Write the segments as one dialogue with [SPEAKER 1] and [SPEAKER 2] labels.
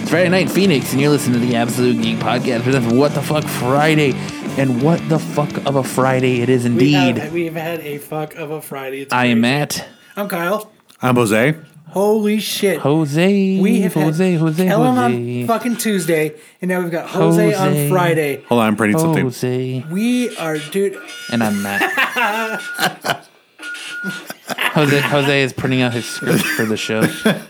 [SPEAKER 1] It's Friday Night Phoenix, and you're listening to the Absolute Geek Podcast. Presents What the Fuck Friday, and what the fuck of a Friday it is
[SPEAKER 2] We
[SPEAKER 1] indeed.
[SPEAKER 2] have, we've had a fuck of a Friday. It's
[SPEAKER 1] I am
[SPEAKER 2] great.
[SPEAKER 1] Matt,
[SPEAKER 2] I'm Kyle.
[SPEAKER 3] I'm Jose.
[SPEAKER 2] Holy shit.
[SPEAKER 1] Jose,
[SPEAKER 2] we have
[SPEAKER 1] Jose,
[SPEAKER 2] had
[SPEAKER 1] Jose,
[SPEAKER 2] Ellen
[SPEAKER 1] Jose,
[SPEAKER 2] on fucking Tuesday, and now we've got Jose,
[SPEAKER 1] Jose.
[SPEAKER 2] on Friday.
[SPEAKER 3] Hold on, I'm printing something.
[SPEAKER 1] Oh, Jose,
[SPEAKER 2] We are, dude.
[SPEAKER 1] and I'm Matt. Jose, Jose is printing out his script for the show.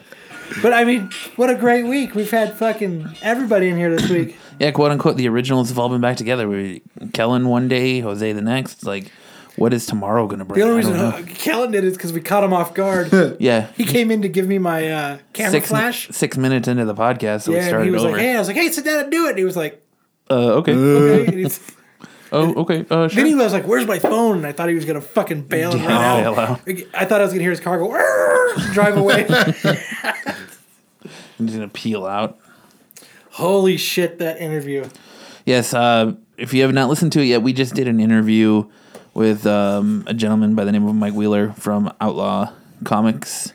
[SPEAKER 2] But I mean, what a great week. We've had fucking everybody in here this week.
[SPEAKER 1] Yeah, quote unquote, the originals have all been back together. We, Kellen one day, Jose the next. Like, what is tomorrow going to bring?
[SPEAKER 2] The only
[SPEAKER 1] I don't
[SPEAKER 2] reason
[SPEAKER 1] know.
[SPEAKER 2] uh, Kellen did it is because we caught him off guard.
[SPEAKER 1] yeah,
[SPEAKER 2] he came in to give me my uh, camera
[SPEAKER 1] six
[SPEAKER 2] flash.
[SPEAKER 1] six minutes into the podcast, so we
[SPEAKER 2] Yeah, and he
[SPEAKER 1] started
[SPEAKER 2] was
[SPEAKER 1] over.
[SPEAKER 2] like, hey, I was like, hey, sit down and do it. And he was like,
[SPEAKER 1] uh, okay.
[SPEAKER 2] okay. And he's-
[SPEAKER 1] Oh, okay. Uh, sure.
[SPEAKER 2] Then he was like, "Where's my phone?" And I thought he was gonna fucking bail and
[SPEAKER 1] Yeah,
[SPEAKER 2] run
[SPEAKER 1] bail
[SPEAKER 2] out.
[SPEAKER 1] out.
[SPEAKER 2] I thought I was gonna hear his car go "Arr," drive away.
[SPEAKER 1] He's gonna peel out.
[SPEAKER 2] Holy shit! That interview.
[SPEAKER 1] Yes. Uh, if you have not listened to it yet, we just did an interview with um, a gentleman by the name of Mike Wheeler from Outlaw Comics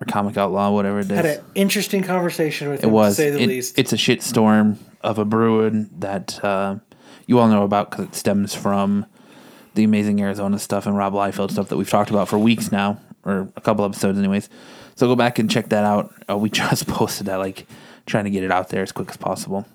[SPEAKER 1] or Comic Outlaw, whatever it is.
[SPEAKER 2] Had an interesting conversation with
[SPEAKER 1] it
[SPEAKER 2] him,
[SPEAKER 1] was.
[SPEAKER 2] to say the
[SPEAKER 1] it-
[SPEAKER 2] least.
[SPEAKER 1] It's a shitstorm of a brewing that uh, you all know about because it stems from the amazing Arizona stuff and Rob Liefeld stuff that we've talked about for weeks now, or a couple episodes, anyways. So go back and check that out. Uh, we just posted that, like trying to get it out there as quick as possible.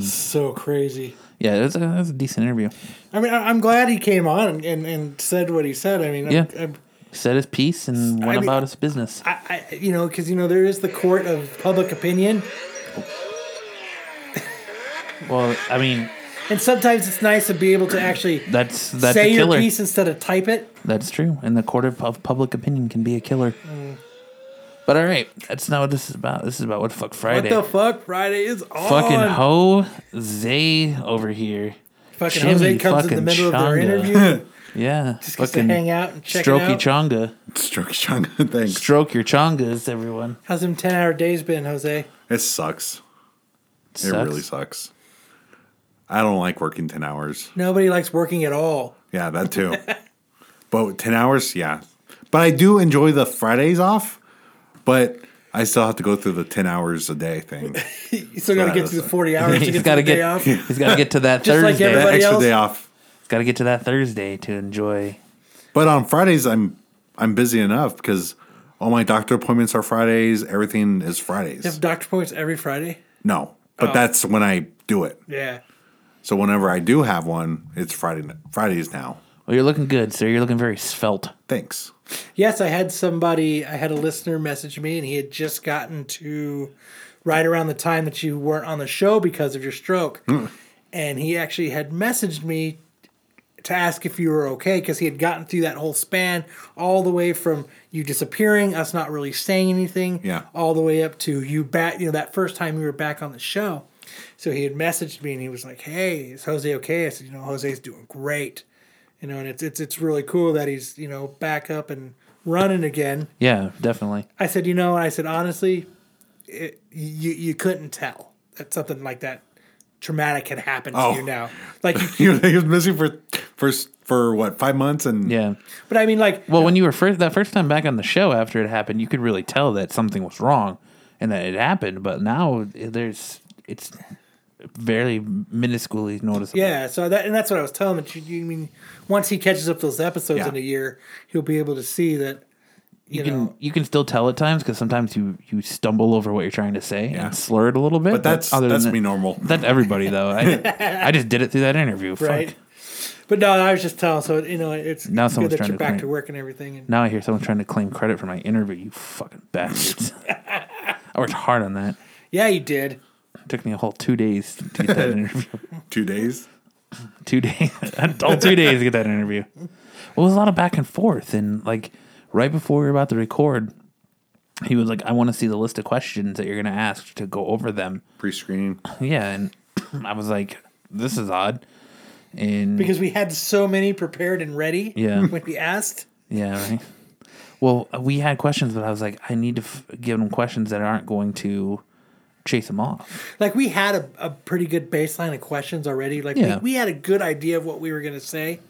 [SPEAKER 2] so crazy.
[SPEAKER 1] Yeah, it was a, it was a decent interview.
[SPEAKER 2] I mean, I- I'm glad he came on and, and, and said what he said. I mean, I'm-
[SPEAKER 1] Yeah.
[SPEAKER 2] I'm-
[SPEAKER 1] Said his piece and went
[SPEAKER 2] mean-
[SPEAKER 1] about his business.
[SPEAKER 2] I, I you know, because you know there is the court of public opinion,
[SPEAKER 1] Well, I mean,
[SPEAKER 2] and sometimes it's nice to be able to actually
[SPEAKER 1] that's that's
[SPEAKER 2] say
[SPEAKER 1] a
[SPEAKER 2] your
[SPEAKER 1] killer.
[SPEAKER 2] piece instead of type it.
[SPEAKER 1] That's true. And the court of, of public opinion can be a killer.
[SPEAKER 2] Mm.
[SPEAKER 1] But all right, that's not what this is about. This is about what the fuck Friday.
[SPEAKER 2] What the fuck? Friday is on.
[SPEAKER 1] fucking Jose over here.
[SPEAKER 2] Fucking
[SPEAKER 1] Jimmy
[SPEAKER 2] Jose comes in
[SPEAKER 1] fucking
[SPEAKER 2] the middle of their
[SPEAKER 1] Changa.
[SPEAKER 2] interview.
[SPEAKER 1] Yeah,
[SPEAKER 2] Just gets to hang out and check it
[SPEAKER 1] stroke your
[SPEAKER 2] out.
[SPEAKER 1] chonga.
[SPEAKER 3] Stroke Chung. Thanks.
[SPEAKER 1] Stroke your chongas, everyone.
[SPEAKER 2] How's them ten hour days been, Jose?
[SPEAKER 3] It sucks.
[SPEAKER 1] It
[SPEAKER 3] It
[SPEAKER 1] sucks.
[SPEAKER 3] really sucks. I don't like working 10 hours.
[SPEAKER 2] Nobody likes working at all.
[SPEAKER 3] Yeah, that too. but 10 hours, yeah. But I do enjoy the Fridays off, but I still have to go through the 10 hours a day thing.
[SPEAKER 2] You still got to get through
[SPEAKER 3] Yeah, that's-
[SPEAKER 2] the forty hours. to
[SPEAKER 1] he's got
[SPEAKER 2] get got
[SPEAKER 1] to
[SPEAKER 2] day
[SPEAKER 1] get.
[SPEAKER 2] off.
[SPEAKER 1] He's got to get to that
[SPEAKER 2] Just like
[SPEAKER 1] Thursday.
[SPEAKER 3] that
[SPEAKER 2] everybody-
[SPEAKER 3] extra
[SPEAKER 2] else?
[SPEAKER 3] day off.
[SPEAKER 1] he's got to get to that Thursday to enjoy.
[SPEAKER 3] But on Fridays, I'm I'm busy enough because all my doctor appointments are Fridays. Everything is Fridays.
[SPEAKER 2] Have doctor appointments every Friday.
[SPEAKER 3] no,
[SPEAKER 1] Oh.
[SPEAKER 3] but that's when I do it.
[SPEAKER 2] Yeah.
[SPEAKER 3] So whenever I do have one, it's Friday Fridays now.
[SPEAKER 1] Well, you're looking good, sir. You're looking very svelte.
[SPEAKER 3] Thanks.
[SPEAKER 2] Yes, I had somebody. I had a listener message me, and he had just gotten to right around the time that you weren't on the show because of your stroke, and he actually had messaged me to ask if you were okay because he had gotten through that whole span all the way from you disappearing, us not really saying anything,
[SPEAKER 3] Yeah.
[SPEAKER 2] all the way up to you back. You know that first time you were back on the show, so he had messaged me and he was like, "Hey, is Jose okay?" I said, "You know, Jose's doing great." you know, and it's it's it's really cool that he's you know back up and running again.
[SPEAKER 1] Yeah, definitely.
[SPEAKER 2] I said, you know, I said honestly, it, you you couldn't tell that something like that traumatic had happened
[SPEAKER 3] Oh.
[SPEAKER 2] to you now. Like, you-
[SPEAKER 3] he was missing for for for what five months and
[SPEAKER 1] Yeah.
[SPEAKER 2] but I mean, like,
[SPEAKER 1] Well, when you were first that first time back on the show after it happened, you could really tell that something was wrong and that it happened. But now eh, there's it's very minusculely noticeable.
[SPEAKER 2] yeah. So that and that's what I was telling him. That you, you mean once he catches up those episodes
[SPEAKER 3] Yeah.
[SPEAKER 2] in a year, he'll be able to see that. You,
[SPEAKER 1] you can
[SPEAKER 2] know,
[SPEAKER 1] you can still tell at times because sometimes you you stumble over what you're trying to say
[SPEAKER 3] Yeah.
[SPEAKER 1] and slur it a little bit.
[SPEAKER 3] But that's
[SPEAKER 1] other
[SPEAKER 3] that's
[SPEAKER 1] than
[SPEAKER 3] me
[SPEAKER 1] that-
[SPEAKER 3] normal.
[SPEAKER 1] That's everybody though. I, I just did it through that interview.
[SPEAKER 2] right.
[SPEAKER 1] Fuck.
[SPEAKER 2] But no, I was just telling. So you know, it's
[SPEAKER 1] Now
[SPEAKER 2] it's
[SPEAKER 1] someone's
[SPEAKER 2] good that
[SPEAKER 1] trying
[SPEAKER 2] you're
[SPEAKER 1] to
[SPEAKER 2] back
[SPEAKER 1] claim-
[SPEAKER 2] to work and everything. And
[SPEAKER 1] Now I hear someone trying to claim credit for my interview. You fucking bastards. I worked hard on that.
[SPEAKER 2] yeah, you did.
[SPEAKER 1] It took me a whole two days to get that interview.
[SPEAKER 3] Two days.
[SPEAKER 1] two days, all two days to get that interview. Well, it was a lot of back and forth, and like right before we were about to record, he was like, "I want to see the list of questions that you're going to ask to go over them."
[SPEAKER 3] Pre screening.
[SPEAKER 1] Yeah, and I was like, "This is odd," and
[SPEAKER 2] because we had so many prepared and ready
[SPEAKER 1] Yeah.
[SPEAKER 2] when we asked
[SPEAKER 1] yeah, right. Well, we had questions, but I was like, "I need to f- give them questions that aren't going to chase them off."
[SPEAKER 2] like we had a, a pretty good baseline of questions already like
[SPEAKER 1] Yeah.
[SPEAKER 2] we, we had a good idea of what we were going to say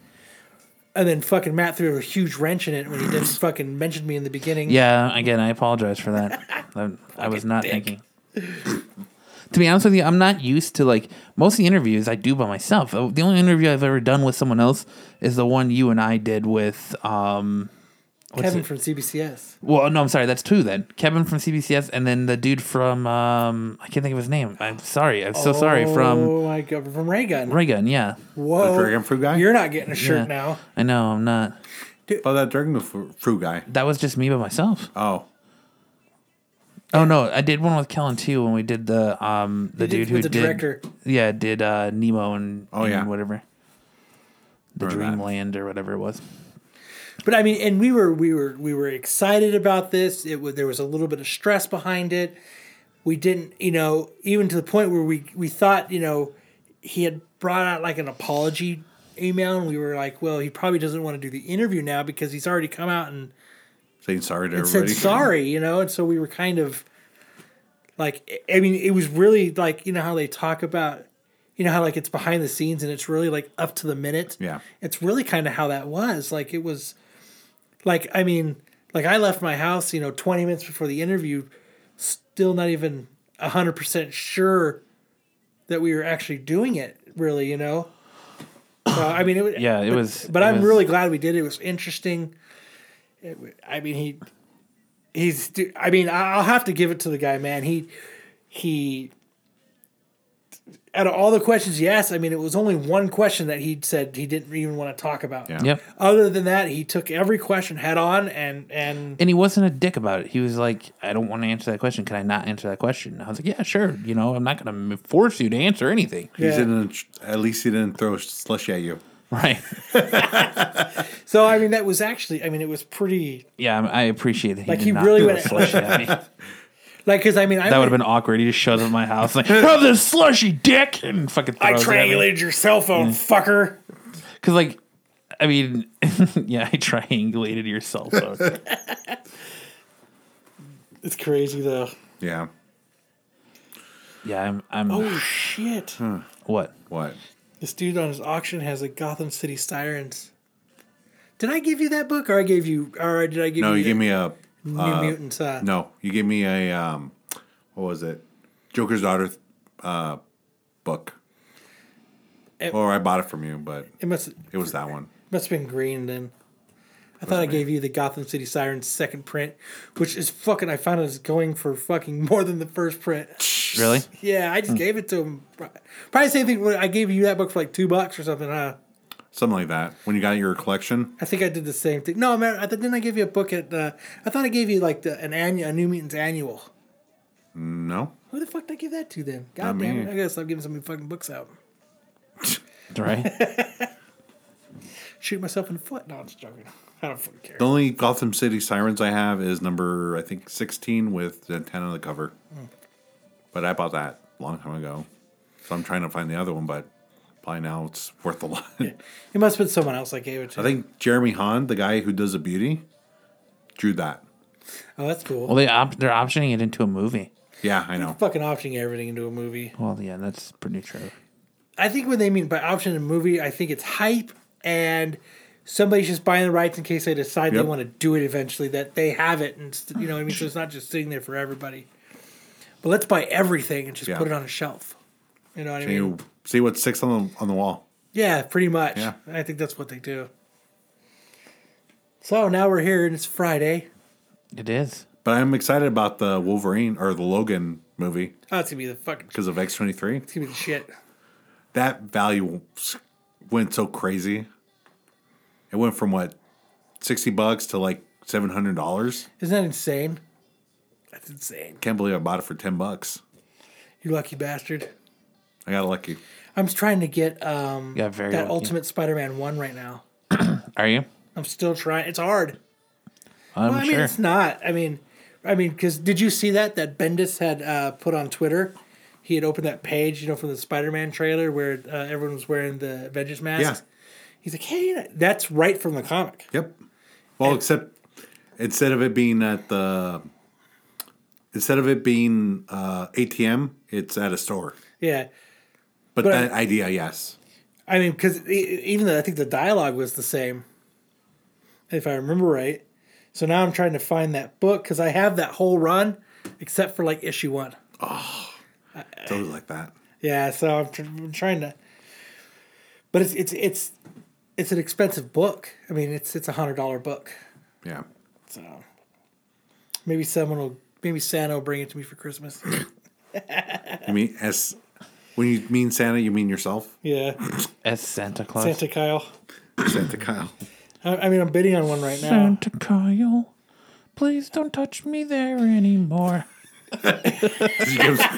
[SPEAKER 2] and then fucking matt threw a huge wrench in it when he didn't fucking mention me in the beginning
[SPEAKER 1] Yeah, again, I apologize for that. I, I was not thinking. to be honest with you, I'm not used to like most of the interviews I do by myself. Uh, The only interview I've ever done with someone else is the one you and I did with um
[SPEAKER 2] Kevin from CBCS.
[SPEAKER 1] well no I'm sorry, that's two then. Kevin from CBCS and then the dude from um I can't think of his name. I'm sorry. I'm so sorry from
[SPEAKER 2] oh my god, from Ray Gun.
[SPEAKER 1] Reagan, yeah.
[SPEAKER 2] Whoa,
[SPEAKER 3] The Dragon Fruit guy?
[SPEAKER 2] You're not getting a shirt
[SPEAKER 1] Yeah.
[SPEAKER 2] now.
[SPEAKER 1] I know, I'm not.
[SPEAKER 3] Oh, that dragon fru- fruit guy.
[SPEAKER 1] That was just me by myself.
[SPEAKER 3] Oh,
[SPEAKER 1] Oh no, I did one with Kellen too when we did the um the
[SPEAKER 2] You did
[SPEAKER 1] dude who
[SPEAKER 2] with the
[SPEAKER 1] did
[SPEAKER 2] director.
[SPEAKER 1] yeah did uh, Nemo and
[SPEAKER 3] Oh,
[SPEAKER 1] and
[SPEAKER 3] yeah.
[SPEAKER 1] whatever the
[SPEAKER 3] Remember that.
[SPEAKER 1] Dreamland or whatever it was.
[SPEAKER 2] But I mean, and we were we were we were excited about this. It was there was a little bit of stress behind it. We didn't, you know, even to the point where we we thought, you know, he had brought out like an apology email, and we were like, well, he probably doesn't want to do the interview now because he's already come out and
[SPEAKER 3] saying sorry to
[SPEAKER 2] said
[SPEAKER 3] everybody.
[SPEAKER 2] sorry, you know, and so we were kind of like, I mean, it was really like you know how they talk about, you know how like it's behind the scenes and it's really like up to the minute.
[SPEAKER 3] Yeah.
[SPEAKER 2] it's really kind of how that was. Like it was, like I mean, like I left my house, you know, twenty minutes before the interview, still not even hundred percent sure that we were actually doing it. Really, you know. So, I mean, it was,
[SPEAKER 1] Yeah, it
[SPEAKER 2] but-
[SPEAKER 1] was-
[SPEAKER 2] But
[SPEAKER 1] it
[SPEAKER 2] I'm
[SPEAKER 1] was-
[SPEAKER 2] really glad we did. It It was interesting. It w- I mean, he he's du- i mean I- i'll have to give it to the guy man he he out of all the questions he asked i mean it was only one question that he said he didn't even want to talk about
[SPEAKER 3] Yeah.
[SPEAKER 1] Yep.
[SPEAKER 2] other than that he took every question head on and and
[SPEAKER 1] And he wasn't a dick about it. He was like, "I don't want to answer that question. Can I not answer that question?" And I was like, "Yeah, sure. You know, I'm not going to force you to answer anything."
[SPEAKER 3] He
[SPEAKER 2] Yeah.
[SPEAKER 3] didn't, at least he didn't throw slushy at you.
[SPEAKER 1] Right?
[SPEAKER 2] so i mean that was actually i mean it was pretty
[SPEAKER 1] Yeah, I I appreciate that. He
[SPEAKER 2] Like,
[SPEAKER 1] did
[SPEAKER 2] he
[SPEAKER 1] not
[SPEAKER 2] really
[SPEAKER 1] throw
[SPEAKER 2] went-
[SPEAKER 1] a slushy at me. That
[SPEAKER 2] like because i mean i
[SPEAKER 1] would have been awkward. He just shows up at my house like, "Have this slushy, dick," and fucking.
[SPEAKER 2] i
[SPEAKER 1] throws it at me.
[SPEAKER 2] triangulated your cell phone
[SPEAKER 3] Mm.
[SPEAKER 2] fucker
[SPEAKER 1] Because, like, I mean, yeah, I triangulated your cell phone.
[SPEAKER 2] it's crazy though
[SPEAKER 3] Yeah.
[SPEAKER 1] yeah, I'm. I'm
[SPEAKER 2] oh shit
[SPEAKER 1] what?
[SPEAKER 3] What?
[SPEAKER 2] this dude on his auction has a gotham city sirens did i give you that book or i gave you or did i give
[SPEAKER 3] No,
[SPEAKER 2] you
[SPEAKER 3] you
[SPEAKER 2] the-
[SPEAKER 3] gave me a.
[SPEAKER 2] New Mutants. Uh,
[SPEAKER 3] No, you gave me a. Um, what was it? Joker's daughter, uh, book.
[SPEAKER 2] It-
[SPEAKER 3] or I bought it from you, but
[SPEAKER 2] It must
[SPEAKER 3] it was that one.
[SPEAKER 2] must have been green then. I thought I gave you the Gotham City Sirens second print, which is fucking. I found it was going for fucking more than the first print.
[SPEAKER 1] Really?
[SPEAKER 2] Yeah,
[SPEAKER 3] Hmm.
[SPEAKER 2] I just gave it to him. Probably same thing. when I gave you that book for like two bucks or something. Huh?
[SPEAKER 3] Something like that. When you got your collection,
[SPEAKER 2] I think I did the same thing. No, man, I th- didn't I give you a book at? Uh, I thought I gave you like the, an annual, a New Mutants annual.
[SPEAKER 3] no.
[SPEAKER 2] Who the fuck did I give that to then? God
[SPEAKER 3] Not
[SPEAKER 2] damn it!
[SPEAKER 3] me.
[SPEAKER 2] I gotta stop giving so many fucking books out.
[SPEAKER 1] Right?
[SPEAKER 2] Shoot myself in the foot. No, I'm just joking. I don't fucking care.
[SPEAKER 3] The only Gotham City Sirens I have is number I think sixteen with the antenna on the cover. But I bought that a long time ago, so I'm trying to find the other one, but probably now it's worth a lot.
[SPEAKER 2] It must have been someone else I gave it to.
[SPEAKER 3] I think Jeremy Hahn, the guy who does the beauty, drew that.
[SPEAKER 2] oh, that's cool.
[SPEAKER 1] well, they op- they're optioning it into a movie.
[SPEAKER 3] Yeah, I know.
[SPEAKER 2] fucking optioning everything into a movie.
[SPEAKER 1] Well, yeah, that's pretty true.
[SPEAKER 2] I think what they mean by option in a movie, I think it's hype and somebody's just buying the rights in case they decide
[SPEAKER 3] Yep.
[SPEAKER 2] they want to do it eventually, that they have it. And, st- you know what I mean? So it's not just sitting there for everybody. But let's buy everything and just
[SPEAKER 3] Yeah.
[SPEAKER 2] put it on a shelf. You know what I
[SPEAKER 3] Can
[SPEAKER 2] mean?
[SPEAKER 3] you see what's six on the on the wall?
[SPEAKER 2] Yeah, pretty much.
[SPEAKER 3] Yeah.
[SPEAKER 2] I think that's what they do. So now we're here and it's Friday.
[SPEAKER 1] It is.
[SPEAKER 3] But I'm excited about the Wolverine or the Logan movie
[SPEAKER 2] Oh, it's gonna be the fucking. It's
[SPEAKER 3] because of X23.
[SPEAKER 2] gonna be the shit.
[SPEAKER 3] That value s- went so crazy. It went from what sixty bucks to like seven hundred dollars.
[SPEAKER 2] Isn't that insane? That's insane.
[SPEAKER 3] Can't believe I bought it for ten bucks.
[SPEAKER 2] You lucky bastard.
[SPEAKER 3] I got lucky.
[SPEAKER 2] I'm trying to get um
[SPEAKER 1] Yeah, very
[SPEAKER 2] that
[SPEAKER 1] lucky.
[SPEAKER 2] Ultimate Spider-Man one right now.
[SPEAKER 1] Are you?
[SPEAKER 2] I'm still trying. It's hard.
[SPEAKER 1] I'm
[SPEAKER 2] Well, I
[SPEAKER 1] sure.
[SPEAKER 2] mean, it's not. I mean, I mean, because did you see that that Bendis had uh, put on Twitter? He had opened that page, you know, from the Spider-Man trailer where uh, everyone was wearing the Avengers masks. He's like, hey, that's right from the comic.
[SPEAKER 3] Yep. Well, except instead of it being at the instead of it being uh, ATM, it's at a store.
[SPEAKER 2] Yeah.
[SPEAKER 3] But,
[SPEAKER 2] But I-
[SPEAKER 3] that idea, yes.
[SPEAKER 2] I mean, because even though I think the dialogue was the same, if I remember right. So now I'm trying to find that book because I have that whole run except for like issue one.
[SPEAKER 3] It's always like that.
[SPEAKER 2] Yeah, so I'm, tr- I'm trying to, but it's it's it's it's an expensive book. I mean, it's it's a hundred dollar book.
[SPEAKER 3] Yeah.
[SPEAKER 2] So maybe someone will, maybe Santa will bring it to me for Christmas.
[SPEAKER 3] You mean as when you mean Santa, you mean yourself,
[SPEAKER 2] yeah,
[SPEAKER 1] As Santa Claus.
[SPEAKER 2] Santa Kyle.
[SPEAKER 3] Santa Kyle.
[SPEAKER 2] I, I mean, I'm bidding on one right now.
[SPEAKER 1] Santa Kyle, please don't touch me there anymore.
[SPEAKER 3] Did you give us,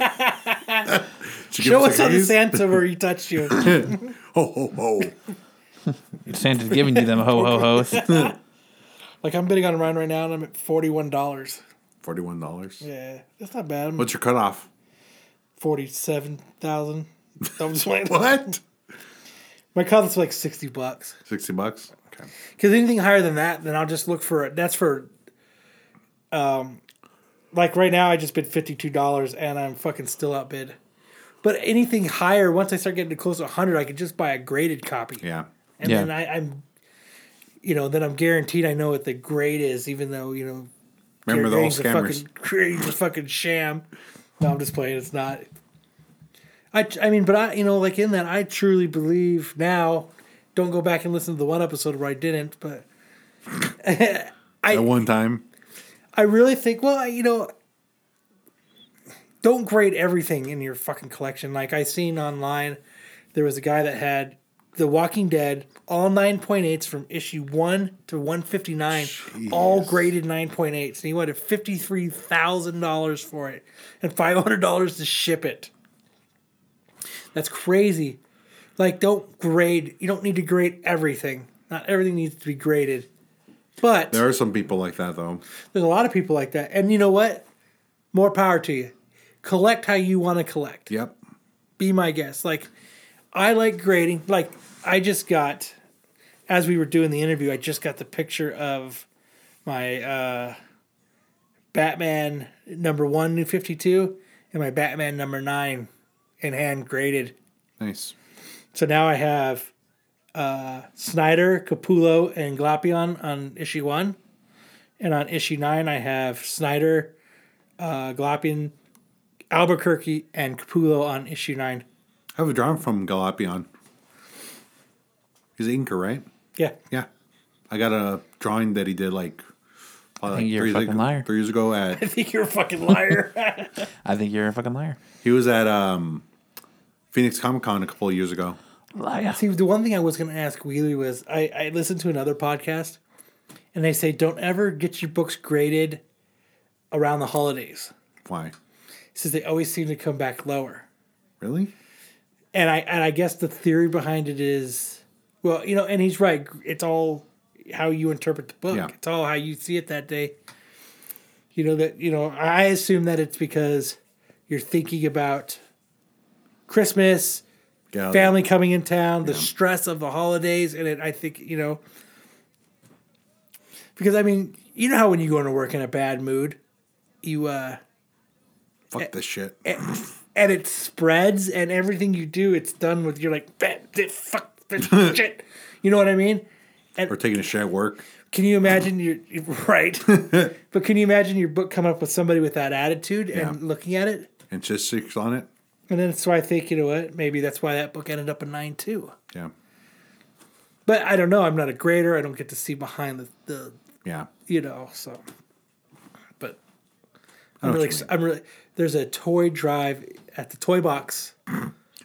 [SPEAKER 3] did you give
[SPEAKER 2] Show
[SPEAKER 3] us
[SPEAKER 2] us on the
[SPEAKER 3] cookies?
[SPEAKER 2] Santa where he touched you.
[SPEAKER 3] Ho ho ho!
[SPEAKER 1] Santa's giving you them ho ho ho's.
[SPEAKER 2] like I'm bidding on mine right now, and I'm at forty one dollars.
[SPEAKER 3] Forty-one dollars.
[SPEAKER 2] Yeah, that's not bad. I'm
[SPEAKER 3] What's your cutoff?
[SPEAKER 2] forty seven thousand. I'm just playing.
[SPEAKER 3] What?
[SPEAKER 2] My cost is like sixty bucks.
[SPEAKER 3] Sixty bucks. Okay.
[SPEAKER 2] Because anything higher than that, then I'll just look for that's for. Um, like right now, I just bid fifty two dollars, and I'm fucking still outbid. But anything higher, once I start getting close to hundred, I could just buy a graded copy.
[SPEAKER 3] Yeah.
[SPEAKER 2] and
[SPEAKER 1] Yeah.
[SPEAKER 2] then I, I'm, you know, then I'm guaranteed I know what the grade is, even though you know.
[SPEAKER 3] Remember the old
[SPEAKER 2] grading's a
[SPEAKER 3] scammers.
[SPEAKER 2] fucking grading's a fucking sham. No, I'm just playing. It's not. I I mean, but I you know, like in that, I truly believe now. Don't go back and listen to the one episode where I didn't, but
[SPEAKER 3] At one time.
[SPEAKER 2] I really think, well, you know, don't grade everything in your fucking collection. Like I seen online, there was a guy that had The Walking Dead, all 9.8s from issue 1 to 159, all graded 9.8s. And he wanted $53,000 for it and $500 to ship it. That's crazy. Like, don't grade, you don't need to grade everything. Not everything needs to be graded. But
[SPEAKER 3] There are some people like that though.
[SPEAKER 2] there's a lot of people like that. And you know what? More power to you. Collect how you want to collect.
[SPEAKER 3] Yep.
[SPEAKER 2] Be my guest. Like, I like grading. Like, I just got, as we were doing the interview, I just got the picture of my uh, Batman number one, New 52, and my Batman number nine in hand graded.
[SPEAKER 3] Nice.
[SPEAKER 2] So now I have uh, Snyder, Capullo, and Glapion on issue one. And on issue nine, I have Snyder, uh, Glapion, Albuquerque, and Capullo on issue nine.
[SPEAKER 3] I have a drawing from Galapion. He's an inker, right?
[SPEAKER 2] Yeah.
[SPEAKER 3] Yeah. I got a drawing that he did like, probably,
[SPEAKER 1] think
[SPEAKER 3] like,
[SPEAKER 1] you're a
[SPEAKER 3] three, years
[SPEAKER 1] fucking
[SPEAKER 3] ago-
[SPEAKER 1] liar.
[SPEAKER 3] three years ago at
[SPEAKER 2] I think you're a fucking liar.
[SPEAKER 1] I think you're a fucking liar.
[SPEAKER 3] he was at um, Phoenix Comic Con a couple of years ago.
[SPEAKER 1] Liar.
[SPEAKER 2] See, the one thing I was going to ask Wheelie was I, I listened to another podcast and they say, don't ever get your books graded around the holidays.
[SPEAKER 3] Why?
[SPEAKER 2] Since they always seem to come back lower.
[SPEAKER 3] Really?
[SPEAKER 2] and I and I guess the theory behind it is, well, you know, and he's right. It's all how you interpret the book.
[SPEAKER 3] Yeah.
[SPEAKER 2] It's all how you see it that day. You know that you know. I assume that it's because you're thinking about Christmas,
[SPEAKER 3] Get out
[SPEAKER 2] family coming in town, the stress of the holidays, and it. I think you know, because I mean, you know how when you go into work in a bad mood, you uh eh,
[SPEAKER 3] Fuck this shit.
[SPEAKER 2] and it spreads and everything you do it's done with you're like "Bat- di- fuck bitch, shit you know what i mean
[SPEAKER 3] Or taking a shit at work.
[SPEAKER 2] can you imagine your right but can you imagine your book coming up with somebody with that attitude and
[SPEAKER 3] Yeah.
[SPEAKER 2] looking at it
[SPEAKER 3] And just six on it.
[SPEAKER 2] and then that's why i think you know what maybe that's why that book ended up a 9 too
[SPEAKER 3] Yeah.
[SPEAKER 2] but i don't know i'm not a grader i don't get to see behind the, the
[SPEAKER 3] Yeah.
[SPEAKER 2] you know so but
[SPEAKER 3] I
[SPEAKER 2] i'm
[SPEAKER 3] know
[SPEAKER 2] really
[SPEAKER 3] what you
[SPEAKER 2] ex- i'm really there's a toy drive at the toy box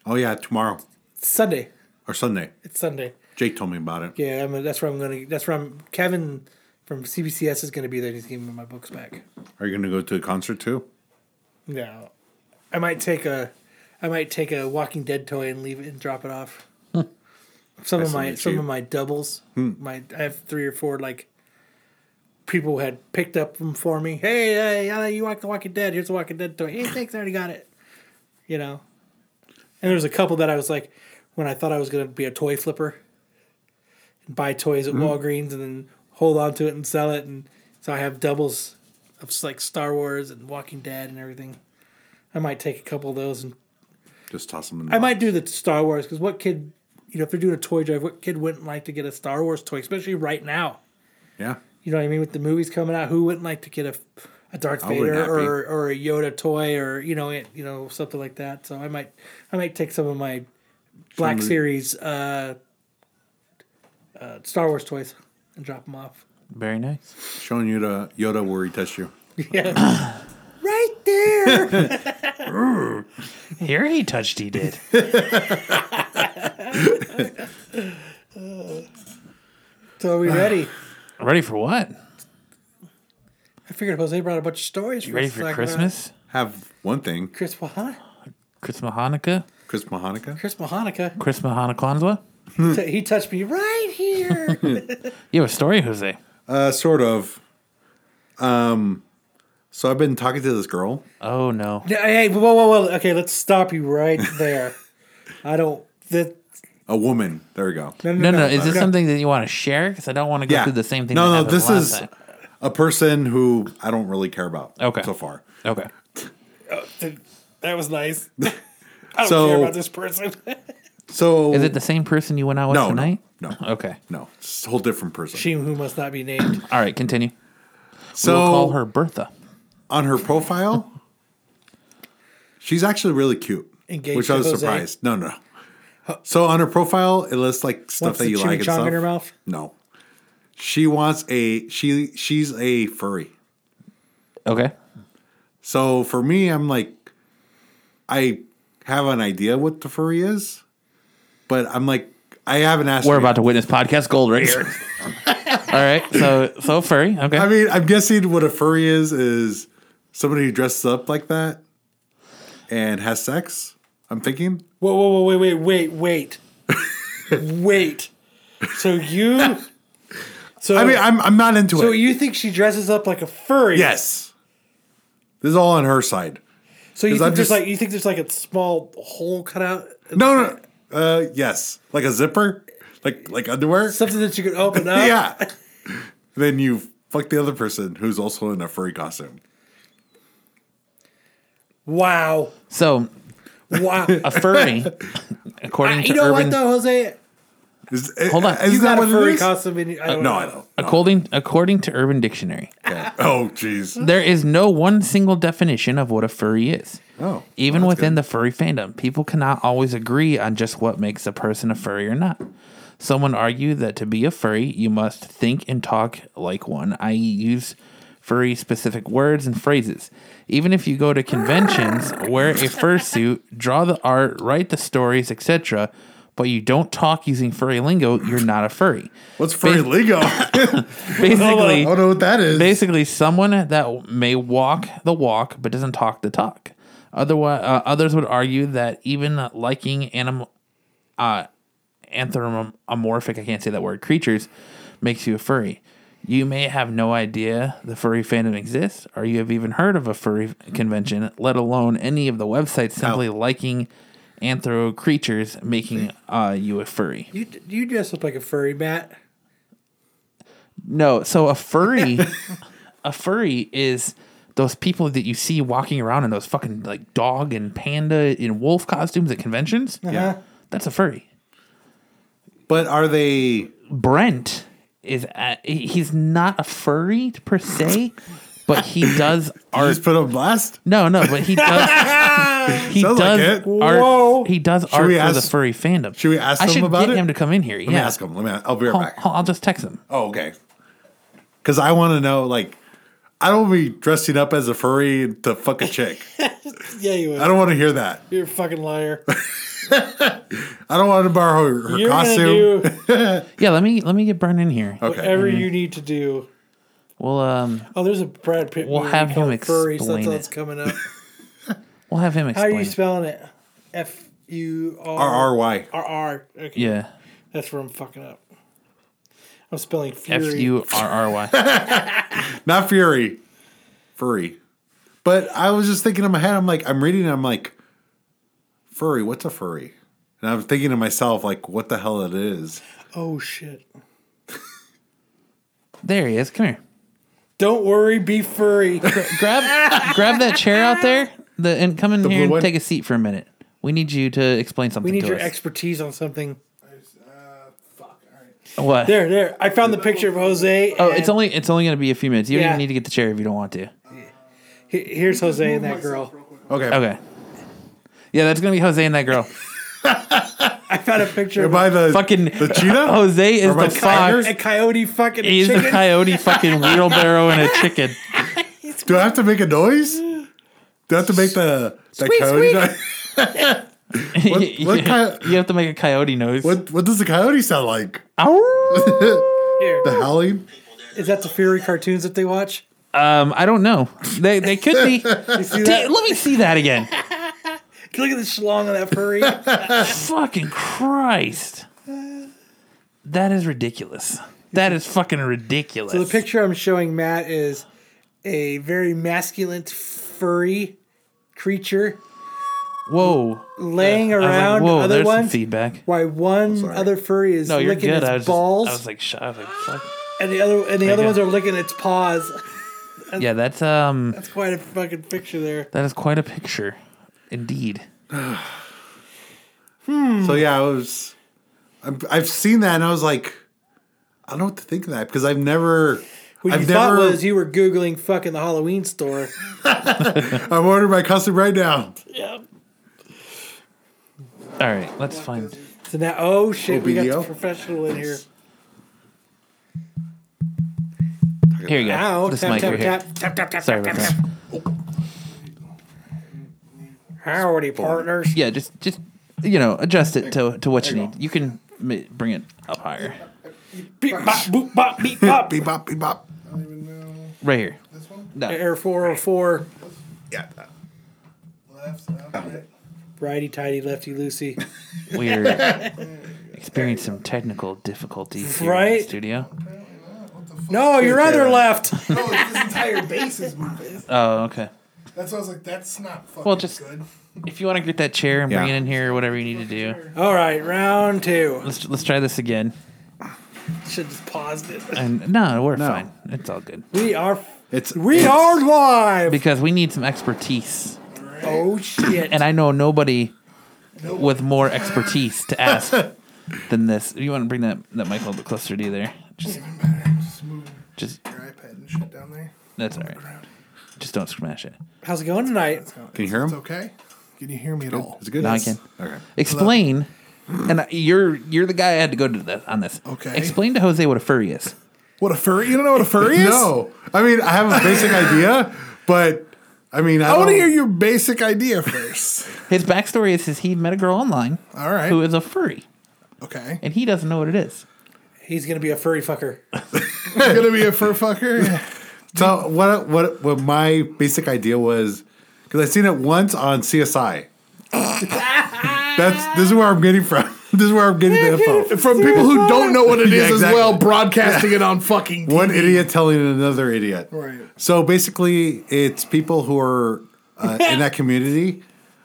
[SPEAKER 3] Oh, yeah. Tomorrow
[SPEAKER 2] sunday
[SPEAKER 3] or Sunday.
[SPEAKER 2] it's sunday
[SPEAKER 3] Jake told me about it.
[SPEAKER 2] Yeah, I'm, that's where I'm gonna. That's where I'm. Kevin from CBCS is gonna be there. He's giving me my books back.
[SPEAKER 3] Are you going to go to a concert too?
[SPEAKER 2] No, I might take a, I might take a Walking Dead toy and leave it and drop it off. some
[SPEAKER 3] That's
[SPEAKER 2] of my
[SPEAKER 3] something
[SPEAKER 2] some
[SPEAKER 3] cheap. Hmm.
[SPEAKER 2] of my doubles. My I have three or four like. People had picked up them for me. Hey, hey, I know you like the Walking Dead? Here's the Walking Dead toy. Hey, thanks, I already got it. You know, and there was a couple that I was like, when I thought I was gonna be a toy flipper, and buy toys at
[SPEAKER 3] Hmm.
[SPEAKER 2] Walgreens and then hold on to it and sell it, and so I have doubles of like Star Wars and Walking Dead and everything. I might take a couple of those, and
[SPEAKER 3] Just toss them in the
[SPEAKER 2] I might do the Star Wars because what kid, you know, if they're doing a toy drive, what kid wouldn't like to get a Star Wars toy, especially right now?
[SPEAKER 3] Yeah.
[SPEAKER 2] You know what I mean? With the movies coming out, who wouldn't like to get a a Darth
[SPEAKER 3] I would
[SPEAKER 2] Vader
[SPEAKER 3] not be.
[SPEAKER 2] or, or a Yoda toy or you know it, you know something like that. So I might I might take some of my Black Series uh, uh, Star Wars toys and drop them off.
[SPEAKER 1] Very nice.
[SPEAKER 3] Showing Yoda, Yoda where he touched you.
[SPEAKER 2] Yeah. right there.
[SPEAKER 1] Here he touched, he did.
[SPEAKER 2] so are we ready?
[SPEAKER 1] Ready for what?
[SPEAKER 2] I figured Jose brought a bunch of stories.
[SPEAKER 1] You ready
[SPEAKER 2] us to talk
[SPEAKER 1] for
[SPEAKER 2] about.
[SPEAKER 1] Christmas?
[SPEAKER 3] Have one thing,
[SPEAKER 2] Chris Mahana.
[SPEAKER 1] Christmas Hanukkah?
[SPEAKER 3] Chris Mahanica.
[SPEAKER 2] Chris Mahanica.
[SPEAKER 1] Christmas Hanukkah?
[SPEAKER 3] Hmm.
[SPEAKER 2] T- he touched me right here.
[SPEAKER 1] You have a story, Jose.
[SPEAKER 3] Uh, sort of. Um, so I've been talking to this girl.
[SPEAKER 1] Oh no.
[SPEAKER 2] No, hey, whoa, whoa, whoa. Okay, let's stop you right there. I don't. That,
[SPEAKER 3] A woman. There we go.
[SPEAKER 2] no,
[SPEAKER 1] No,
[SPEAKER 2] no,
[SPEAKER 1] no. Is this
[SPEAKER 2] Okay.
[SPEAKER 1] something that you want to share? Because I don't want to go
[SPEAKER 3] Yeah.
[SPEAKER 1] through the same thing.
[SPEAKER 3] No,
[SPEAKER 1] that
[SPEAKER 3] no.
[SPEAKER 1] happened
[SPEAKER 3] This
[SPEAKER 1] last
[SPEAKER 3] is
[SPEAKER 1] time.
[SPEAKER 3] a person who I don't really care about.
[SPEAKER 1] Okay.
[SPEAKER 3] So far.
[SPEAKER 1] okay.
[SPEAKER 2] Oh, That was nice. I don't
[SPEAKER 3] So-
[SPEAKER 2] care about this person.
[SPEAKER 3] So
[SPEAKER 1] Is it the same person you went out with
[SPEAKER 3] Oh. no,
[SPEAKER 1] tonight?
[SPEAKER 3] No. No.
[SPEAKER 1] Okay.
[SPEAKER 3] no. It's a whole different person.
[SPEAKER 2] she who must not be named.
[SPEAKER 1] All right. Continue.
[SPEAKER 3] so
[SPEAKER 1] we'll call her Bertha.
[SPEAKER 3] on her profile, she's actually really cute.
[SPEAKER 2] Engaged
[SPEAKER 3] which I
[SPEAKER 2] to
[SPEAKER 3] was
[SPEAKER 2] Jose?
[SPEAKER 3] surprised. No, no. So on her profile, it lists like stuff
[SPEAKER 2] Wants
[SPEAKER 3] that
[SPEAKER 2] the
[SPEAKER 3] you like and
[SPEAKER 2] chimichanga
[SPEAKER 3] stuff.
[SPEAKER 2] in her mouth?
[SPEAKER 3] No. She wants a she she's a furry.
[SPEAKER 1] Okay.
[SPEAKER 3] So for me, I'm like I have an idea what the furry is, but I'm like I haven't asked
[SPEAKER 1] We're
[SPEAKER 3] her
[SPEAKER 1] about
[SPEAKER 3] yet.
[SPEAKER 1] to witness podcast gold right here. All right. So so furry. Okay.
[SPEAKER 3] I mean, I'm guessing what a furry is is somebody who dresses up like that and has sex. I'm thinking.
[SPEAKER 2] Whoa, whoa, whoa, wait, wait, wait, wait, wait. So you. So
[SPEAKER 3] I mean, I'm I'm not into
[SPEAKER 2] So
[SPEAKER 3] it.
[SPEAKER 2] you think she dresses up like a furry?
[SPEAKER 3] Yes. This is all on her side.
[SPEAKER 2] So you
[SPEAKER 3] 'Cause
[SPEAKER 2] think
[SPEAKER 3] I'm
[SPEAKER 2] there's
[SPEAKER 3] just-
[SPEAKER 2] like you think there's like a small hole cut out,
[SPEAKER 3] No, no. Uh, yes. Like a zipper, like like underwear.
[SPEAKER 2] something that you could open up.
[SPEAKER 3] yeah. then you fuck the other person who's also in a furry costume.
[SPEAKER 2] Wow.
[SPEAKER 1] So
[SPEAKER 2] Wow.
[SPEAKER 1] a furry, according to
[SPEAKER 2] you know
[SPEAKER 1] urban,
[SPEAKER 2] what though, Jose?
[SPEAKER 3] Is, eh,
[SPEAKER 1] Hold on.
[SPEAKER 3] Is
[SPEAKER 2] You
[SPEAKER 3] that
[SPEAKER 2] got a
[SPEAKER 3] what it
[SPEAKER 2] furry
[SPEAKER 3] is?
[SPEAKER 2] costume in you. Uh, I don't
[SPEAKER 3] No,
[SPEAKER 2] know.
[SPEAKER 3] I don't. No.
[SPEAKER 1] according according to Urban Dictionary,
[SPEAKER 3] Okay. Oh,
[SPEAKER 2] Mm-hmm.
[SPEAKER 3] jeez.
[SPEAKER 1] there is no one single definition of what a furry is.
[SPEAKER 3] Oh,
[SPEAKER 1] Even
[SPEAKER 3] well, that's
[SPEAKER 1] within the furry fandom, people cannot always agree on just what makes a person a furry or not. Someone argued that to be a furry, you must think and talk like one, i.e., use furry specific words and phrases. Even if you go to conventions, wear a fursuit, draw the art, write the stories, etc., but you don't talk using furry lingo, you're not a furry.
[SPEAKER 3] What's furry
[SPEAKER 1] Bas-
[SPEAKER 3] lingo? I
[SPEAKER 1] Basically,
[SPEAKER 3] don't know what that is.
[SPEAKER 1] basically someone that may walk the walk but doesn't talk the talk. Otherwise, uh, others would argue that even liking animal, uh, anthropomorphic—I can't say that word—creatures makes you a furry. You may have no idea the furry fandom exists, or you have even heard of a furry convention, let alone any of the websites simply liking anthro creatures making uh, you a furry.
[SPEAKER 2] You you dress up like a furry, Matt.
[SPEAKER 1] No, so a furry, a furry is those people that you see walking around in those fucking like dog and panda and wolf costumes at conventions.
[SPEAKER 2] Uh-huh.
[SPEAKER 3] Yeah.
[SPEAKER 1] That's a furry.
[SPEAKER 3] But are they?
[SPEAKER 1] Brent is a he's not a furry per se, but he does
[SPEAKER 3] You
[SPEAKER 1] art.
[SPEAKER 3] just put on blast.
[SPEAKER 1] No, no, but he does. He
[SPEAKER 3] Sounds like
[SPEAKER 1] does
[SPEAKER 3] it.
[SPEAKER 1] art.
[SPEAKER 2] Whoa.
[SPEAKER 1] He does art
[SPEAKER 3] we
[SPEAKER 1] for the
[SPEAKER 3] ask-
[SPEAKER 1] furry fandom.
[SPEAKER 3] should we ask
[SPEAKER 1] I
[SPEAKER 3] him
[SPEAKER 1] should
[SPEAKER 3] about
[SPEAKER 1] get
[SPEAKER 3] it?
[SPEAKER 1] him to come in here.
[SPEAKER 3] Let
[SPEAKER 1] yeah,
[SPEAKER 3] me ask him. Let me. I'll be right
[SPEAKER 1] I'll,
[SPEAKER 3] back.
[SPEAKER 1] I'll- I'll just text him.
[SPEAKER 3] Oh, okay. Because I want to know, like, I don't wanna be dressing up as a furry to fuck a chick.
[SPEAKER 2] Yeah, you would.
[SPEAKER 3] I don't want to hear that.
[SPEAKER 2] You're a fucking liar.
[SPEAKER 3] I don't want to borrow her, her
[SPEAKER 2] You're gonna
[SPEAKER 3] costume.
[SPEAKER 2] do
[SPEAKER 1] Yeah, let me let me get Brent in here.
[SPEAKER 3] Okay.
[SPEAKER 2] whatever you need to do.
[SPEAKER 1] We'll um
[SPEAKER 2] Oh, there's a Brad Pitt.
[SPEAKER 1] We'll
[SPEAKER 2] movie
[SPEAKER 1] have him
[SPEAKER 2] called Furry, so
[SPEAKER 1] explain
[SPEAKER 2] that's all
[SPEAKER 1] it.
[SPEAKER 2] that's coming up.
[SPEAKER 1] we'll have him
[SPEAKER 2] How are
[SPEAKER 1] explain.
[SPEAKER 2] you
[SPEAKER 1] it.
[SPEAKER 2] spelling it? F U R
[SPEAKER 3] R R Y.
[SPEAKER 2] R R. Okay.
[SPEAKER 1] yeah.
[SPEAKER 2] That's where I'm fucking up. I'm spelling
[SPEAKER 1] F
[SPEAKER 2] fury.
[SPEAKER 1] U R R Y.
[SPEAKER 3] Not Fury. Furry. But I was just thinking in my head, I'm like, I'm reading, I'm like, furry, what's a furry? And I'm thinking to myself, like, what the hell it is.
[SPEAKER 2] Oh shit.
[SPEAKER 1] There he is. Come here.
[SPEAKER 2] Don't worry, be furry.
[SPEAKER 1] Grab grab that chair out there. The and come in
[SPEAKER 3] blue
[SPEAKER 1] here and
[SPEAKER 3] one?
[SPEAKER 1] take a seat for a minute. We need you to explain something
[SPEAKER 2] We need
[SPEAKER 1] to
[SPEAKER 2] your
[SPEAKER 1] us.
[SPEAKER 2] expertise on something.
[SPEAKER 1] what?
[SPEAKER 2] There, there. I found the picture of Jose.
[SPEAKER 1] oh,
[SPEAKER 2] and-
[SPEAKER 1] it's only it's only going to be a few minutes. You don't
[SPEAKER 2] Yeah.
[SPEAKER 1] even need to get the chair if you don't want to.
[SPEAKER 2] He- Here's Jose and that girl.
[SPEAKER 3] Okay.
[SPEAKER 1] Okay. Yeah, that's gonna be Jose and that girl.
[SPEAKER 2] I found a picture of
[SPEAKER 3] By the
[SPEAKER 1] fucking
[SPEAKER 3] the cheetah.
[SPEAKER 1] Jose is
[SPEAKER 3] Or my
[SPEAKER 1] the fox.
[SPEAKER 2] a coyote fucking
[SPEAKER 1] He's the
[SPEAKER 2] chicken.
[SPEAKER 1] coyote fucking wheelbarrow and a chicken.
[SPEAKER 3] Do I have to make a noise? Do I have to make the the
[SPEAKER 2] Squeak,
[SPEAKER 3] coyote?
[SPEAKER 2] squeak.
[SPEAKER 3] noise?
[SPEAKER 1] you,
[SPEAKER 3] what coy-
[SPEAKER 1] you have to make a coyote noise.
[SPEAKER 3] What what does the coyote sound like?
[SPEAKER 1] Ow.
[SPEAKER 2] Here.
[SPEAKER 3] The howling.
[SPEAKER 2] Is that the Fury cartoons that they watch?
[SPEAKER 1] Um, I don't know. They they could be.
[SPEAKER 2] You see
[SPEAKER 1] T-
[SPEAKER 2] that?
[SPEAKER 1] let me see that again.
[SPEAKER 2] Look at the schlong on that furry.
[SPEAKER 1] fucking Christ. That is ridiculous. That is fucking ridiculous.
[SPEAKER 2] So the picture I'm showing Matt is a very masculine furry creature
[SPEAKER 1] Whoa.
[SPEAKER 2] laying
[SPEAKER 1] I was like,
[SPEAKER 2] around
[SPEAKER 1] whoa,
[SPEAKER 2] other
[SPEAKER 1] there's some
[SPEAKER 2] ones.
[SPEAKER 1] feedback.
[SPEAKER 2] Why one other furry is
[SPEAKER 1] No, you're
[SPEAKER 2] licking
[SPEAKER 1] good. I
[SPEAKER 2] its
[SPEAKER 1] was,
[SPEAKER 2] balls,
[SPEAKER 1] Just, I was like, sh- I was like, fuck.
[SPEAKER 2] and the other and the other
[SPEAKER 1] you.
[SPEAKER 2] ones are licking its paws.
[SPEAKER 1] Yeah, that's um,
[SPEAKER 2] That's quite a fucking picture there.
[SPEAKER 1] that is quite a picture, indeed.
[SPEAKER 3] So yeah, I was. I'm, I've seen that, and I was like, I don't know what to think of that because I've never.
[SPEAKER 2] What
[SPEAKER 3] I've
[SPEAKER 2] you thought
[SPEAKER 3] never.
[SPEAKER 2] was you were googling fucking the Halloween store.
[SPEAKER 3] I'm ordering my custom right now.
[SPEAKER 1] All right, let's find.
[SPEAKER 2] So now, oh shit, we got
[SPEAKER 3] OBDO?
[SPEAKER 2] the professional in here.
[SPEAKER 1] Here you go.
[SPEAKER 2] Ow!
[SPEAKER 1] this
[SPEAKER 2] Tap
[SPEAKER 1] mic
[SPEAKER 2] tap
[SPEAKER 1] right here.
[SPEAKER 2] tap, tap tap tap
[SPEAKER 1] Sorry
[SPEAKER 2] tap
[SPEAKER 1] about
[SPEAKER 2] tap
[SPEAKER 1] that.
[SPEAKER 2] tap. Howdy, partners.
[SPEAKER 1] Yeah, just just you know, adjust it to to what you need. You can ma- bring it up higher.
[SPEAKER 2] Beep bop boop bop beep bop.
[SPEAKER 3] Beep bop, beep bop.
[SPEAKER 1] Right here. No.
[SPEAKER 2] Air 404.
[SPEAKER 3] Yeah.
[SPEAKER 2] Righty tighty, lefty loosey.
[SPEAKER 1] We're experiencing some technical difficulties here in the
[SPEAKER 2] Right?
[SPEAKER 1] studio.
[SPEAKER 2] No, your other left.
[SPEAKER 4] No, it's this entire base is moving.
[SPEAKER 1] Oh, okay.
[SPEAKER 4] That's why I was like, that's not fucking
[SPEAKER 1] Well, just-
[SPEAKER 4] good.
[SPEAKER 1] If you want to get that chair and bring
[SPEAKER 3] Yeah.
[SPEAKER 1] it in here or whatever you need to do,
[SPEAKER 2] All right, round two.
[SPEAKER 1] let's let's try this again.
[SPEAKER 2] Should just paused it.
[SPEAKER 1] And no, we're
[SPEAKER 3] No.
[SPEAKER 1] fine. It's all good
[SPEAKER 2] We are
[SPEAKER 3] It's
[SPEAKER 2] we
[SPEAKER 3] it's-
[SPEAKER 2] are live.
[SPEAKER 1] because we need some expertise,
[SPEAKER 2] Oh shit.
[SPEAKER 1] and I know nobody with more expertise to ask than this. You want to bring that that mic a little bit closer to you there? Just,
[SPEAKER 4] Just move
[SPEAKER 1] just
[SPEAKER 4] your iPad and shit down there.
[SPEAKER 1] that's all right. Just don't smash it.
[SPEAKER 2] How's it going tonight?
[SPEAKER 3] Can you hear
[SPEAKER 4] It's
[SPEAKER 3] him?
[SPEAKER 4] okay. Can you hear me at all?
[SPEAKER 3] Is it good?
[SPEAKER 1] No, I
[SPEAKER 3] Yes.
[SPEAKER 1] can.
[SPEAKER 3] Okay.
[SPEAKER 1] Explain, and I- you're you're the guy I had to go to this, on this.
[SPEAKER 4] Okay.
[SPEAKER 1] Explain to Jose what a furry is.
[SPEAKER 4] What a furry? You don't know what a furry is?
[SPEAKER 3] No, I mean I have a basic idea, but I mean I,
[SPEAKER 4] I want to
[SPEAKER 3] don't-
[SPEAKER 4] hear your basic idea first.
[SPEAKER 1] His backstory is, is he met a girl online
[SPEAKER 4] All right.
[SPEAKER 1] who is a furry,
[SPEAKER 4] Okay.
[SPEAKER 1] and he doesn't know what it is.
[SPEAKER 2] He's gonna be a furry fucker.
[SPEAKER 4] You're going to be a fur fucker?
[SPEAKER 3] So what what what my basic idea was because I seen it once on CSI. That's this is where I'm getting from. This is where I'm getting the info.
[SPEAKER 4] From people who don't know what it is
[SPEAKER 3] Yeah,
[SPEAKER 4] as
[SPEAKER 3] exactly.
[SPEAKER 4] well, broadcasting it on fucking TV.
[SPEAKER 3] One idiot telling another idiot.
[SPEAKER 4] Right.
[SPEAKER 3] So basically, it's people who are uh, in that community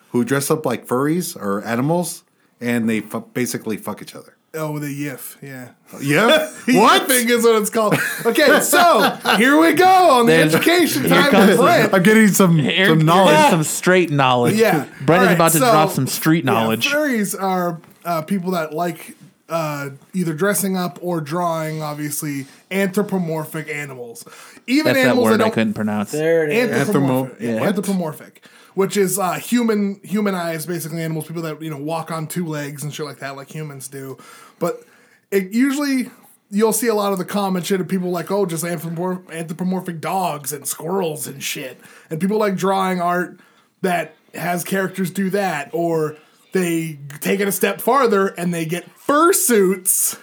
[SPEAKER 3] who dress up like furries or animals, and they fu- basically fuck each other.
[SPEAKER 4] Oh, the yiff. Yeah.
[SPEAKER 3] Yeah. what?
[SPEAKER 4] Thing is what it's called. Okay, so here we go on the
[SPEAKER 1] There's-
[SPEAKER 4] education
[SPEAKER 1] here
[SPEAKER 4] time
[SPEAKER 1] comes
[SPEAKER 4] with
[SPEAKER 1] the-
[SPEAKER 4] Brent.
[SPEAKER 3] I'm getting some
[SPEAKER 1] Eric,
[SPEAKER 3] some
[SPEAKER 1] you're
[SPEAKER 3] knowledge.
[SPEAKER 1] getting some straight knowledge.
[SPEAKER 4] Yeah.
[SPEAKER 1] Brent
[SPEAKER 4] All
[SPEAKER 1] is
[SPEAKER 4] right,
[SPEAKER 1] about to
[SPEAKER 4] so-
[SPEAKER 1] drop some street knowledge.
[SPEAKER 4] Yeah, furries are uh, people that like uh, either dressing up or drawing, obviously, anthropomorphic animals. Even
[SPEAKER 1] That's that
[SPEAKER 4] animals
[SPEAKER 1] word I
[SPEAKER 4] that don't
[SPEAKER 1] couldn't pronounce.
[SPEAKER 2] There it is.
[SPEAKER 4] anthropomorphic,
[SPEAKER 3] Anthromo-
[SPEAKER 4] yeah,
[SPEAKER 3] what?
[SPEAKER 4] anthropomorphic, which is uh, human humanized, basically animals, people that you know walk on two legs and shit like that, like humans do. But it usually you'll see a lot of the common shit of people like oh, just anthropomorph- anthropomorphic dogs and squirrels and shit, and people like drawing art that has characters do that, or they take it a step farther and they get fursuits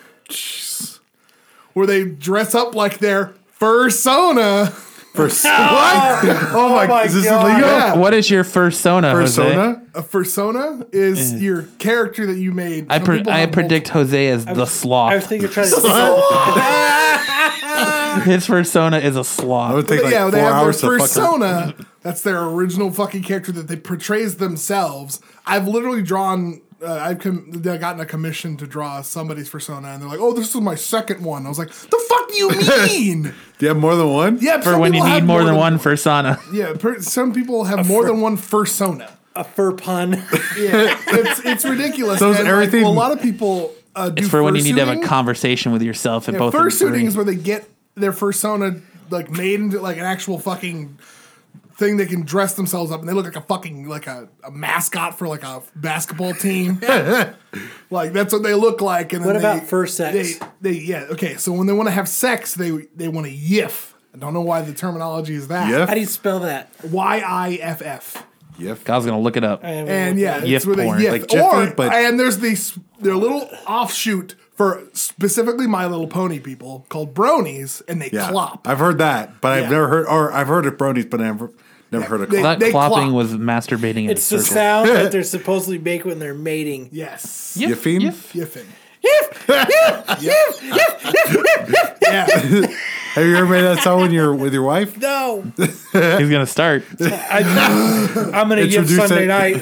[SPEAKER 4] where they dress up like their fursona.
[SPEAKER 3] For s- what? Oh my!
[SPEAKER 2] my
[SPEAKER 3] is this
[SPEAKER 2] God.
[SPEAKER 3] illegal?
[SPEAKER 4] Yeah.
[SPEAKER 1] What is your fursona, Jose?
[SPEAKER 3] Persona.
[SPEAKER 4] A persona is your character that you made.
[SPEAKER 1] I,
[SPEAKER 4] Some
[SPEAKER 1] pre-
[SPEAKER 4] people
[SPEAKER 1] I
[SPEAKER 4] have
[SPEAKER 1] predict Jose as the sloth.
[SPEAKER 2] I was thinking trying to
[SPEAKER 3] I
[SPEAKER 1] His fursona is a sloth.
[SPEAKER 3] would take
[SPEAKER 4] multiple-
[SPEAKER 3] like
[SPEAKER 4] yeah,
[SPEAKER 3] four
[SPEAKER 4] they have
[SPEAKER 3] hours
[SPEAKER 4] their
[SPEAKER 3] to fuck her.
[SPEAKER 4] persona. That's their original fucking character that they portrays themselves. I've literally drawn. Uh, I've com- I gotten a commission to draw somebody's persona, and they're like, "Oh, this is my second one." I was like, "The fuck do you mean?"
[SPEAKER 3] Do you have more than one?
[SPEAKER 4] yeah,
[SPEAKER 1] For
[SPEAKER 4] some
[SPEAKER 1] when you
[SPEAKER 4] people
[SPEAKER 1] need
[SPEAKER 4] have
[SPEAKER 1] more than one fursona.
[SPEAKER 4] Yeah, per- some people have more than one persona.
[SPEAKER 2] a fur pun.
[SPEAKER 4] Yeah, it's, it's ridiculous.
[SPEAKER 3] So is
[SPEAKER 4] and,
[SPEAKER 3] everything-
[SPEAKER 4] Like, a lot of people. Uh, do
[SPEAKER 1] It's for when you need to have a
[SPEAKER 4] fursuiting.
[SPEAKER 1] conversation with yourself and
[SPEAKER 4] Yeah,
[SPEAKER 1] both of you
[SPEAKER 4] fursuiting
[SPEAKER 1] agree.
[SPEAKER 4] is where they get their fursona like made into like an actual fucking thing they can dress themselves up and they look like a fucking like a, a mascot for like a basketball team. like that's what they look like. And then
[SPEAKER 2] What about
[SPEAKER 4] they-
[SPEAKER 2] first sex?
[SPEAKER 4] They, they yeah okay. So when they want to have sex, they they want to yiff. I don't know why the terminology is that.
[SPEAKER 3] Yiff?
[SPEAKER 2] How do you spell that?
[SPEAKER 4] Y I F F.
[SPEAKER 3] Yiff.
[SPEAKER 1] Kyle's gonna look it up.
[SPEAKER 2] I haven't
[SPEAKER 4] And
[SPEAKER 2] looked
[SPEAKER 4] yeah,
[SPEAKER 2] at it.
[SPEAKER 1] Yiff
[SPEAKER 4] it's where they
[SPEAKER 1] porn.
[SPEAKER 4] yiff.
[SPEAKER 3] Like Jeffrey,
[SPEAKER 4] or,
[SPEAKER 3] but-
[SPEAKER 4] and there's these their little offshoot for specifically My Little Pony people called bronies, and they
[SPEAKER 3] Yeah.
[SPEAKER 4] clop.
[SPEAKER 3] I've heard that, but I've
[SPEAKER 4] Yeah.
[SPEAKER 3] never heard, or I've heard of bronies, but I've never heard of
[SPEAKER 4] They-
[SPEAKER 3] clop.
[SPEAKER 1] that
[SPEAKER 4] they
[SPEAKER 1] clopping
[SPEAKER 4] clop.
[SPEAKER 1] was masturbating in
[SPEAKER 2] It's
[SPEAKER 1] a
[SPEAKER 2] the
[SPEAKER 1] circle.
[SPEAKER 2] sound that they're supposedly make when they're mating.
[SPEAKER 4] yes.
[SPEAKER 3] Yiffing?
[SPEAKER 4] Yiffing.
[SPEAKER 3] Have you ever made that song when you're with your wife?
[SPEAKER 2] No,
[SPEAKER 1] He's gonna start.
[SPEAKER 2] I'm gonna give
[SPEAKER 3] Introduce
[SPEAKER 2] Sunday
[SPEAKER 3] it.
[SPEAKER 2] night.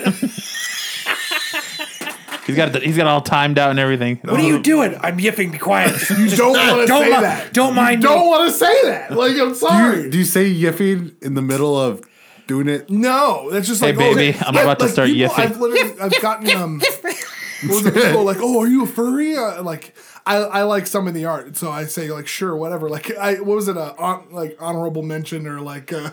[SPEAKER 1] He's got the, he's got all timed out and everything.
[SPEAKER 2] What are you doing? I'm yipping. Be quiet.
[SPEAKER 4] You don't want to
[SPEAKER 2] Don't
[SPEAKER 4] say
[SPEAKER 2] mi-
[SPEAKER 4] that.
[SPEAKER 2] don't mind me.
[SPEAKER 4] Don't want to say that. Like I'm sorry.
[SPEAKER 3] Do you say yiffing in the middle of doing it?
[SPEAKER 4] no, that's just
[SPEAKER 1] Hey,
[SPEAKER 4] like
[SPEAKER 1] baby, I'm
[SPEAKER 4] I-
[SPEAKER 1] about to start
[SPEAKER 4] people,
[SPEAKER 1] yiffing.
[SPEAKER 4] I've literally I've gotten um. what was it, people like, oh, are you a furry? Uh, like I, I like some in the art, so I say like sure, whatever. Like I what was it uh, on, like honorable mention or like uh,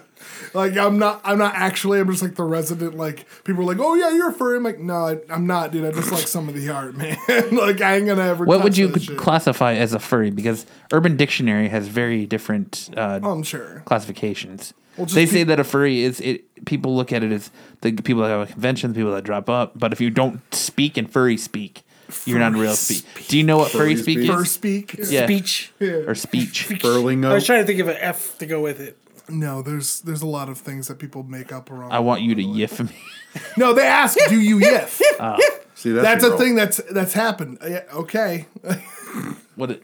[SPEAKER 4] like I'm not I'm not actually I'm just like the resident like people are like oh yeah you're a furry I'm like no I, I'm not dude I just like some of the art man like I ain't gonna ever
[SPEAKER 1] What
[SPEAKER 4] touch
[SPEAKER 1] would you
[SPEAKER 4] that shit.
[SPEAKER 1] classify as a furry? Because Urban Dictionary has very different uh,
[SPEAKER 4] Oh, I'm sure
[SPEAKER 1] classifications.
[SPEAKER 4] just
[SPEAKER 1] they
[SPEAKER 4] pe-
[SPEAKER 1] say that a furry is it. People look at it as the people that have a convention, the people that drop up. But if you don't speak and furry speak, you're not real speak. Do you know what furry,
[SPEAKER 3] Furry
[SPEAKER 1] speak,
[SPEAKER 3] speak.
[SPEAKER 4] fur
[SPEAKER 1] is?
[SPEAKER 4] speak
[SPEAKER 1] Yeah.
[SPEAKER 2] Speech.
[SPEAKER 1] or speech.
[SPEAKER 3] Furling
[SPEAKER 2] I was
[SPEAKER 3] up?
[SPEAKER 2] trying to think of an F to go with it.
[SPEAKER 4] No, there's there's a lot of things that people make up around.
[SPEAKER 1] I want you to yiff me.
[SPEAKER 4] No, they ask, "Do you yiff?"
[SPEAKER 3] See, that's,
[SPEAKER 4] that's
[SPEAKER 3] your
[SPEAKER 4] a
[SPEAKER 3] role.
[SPEAKER 4] thing that's that's happened. Uh, Yeah, okay.
[SPEAKER 1] What? It,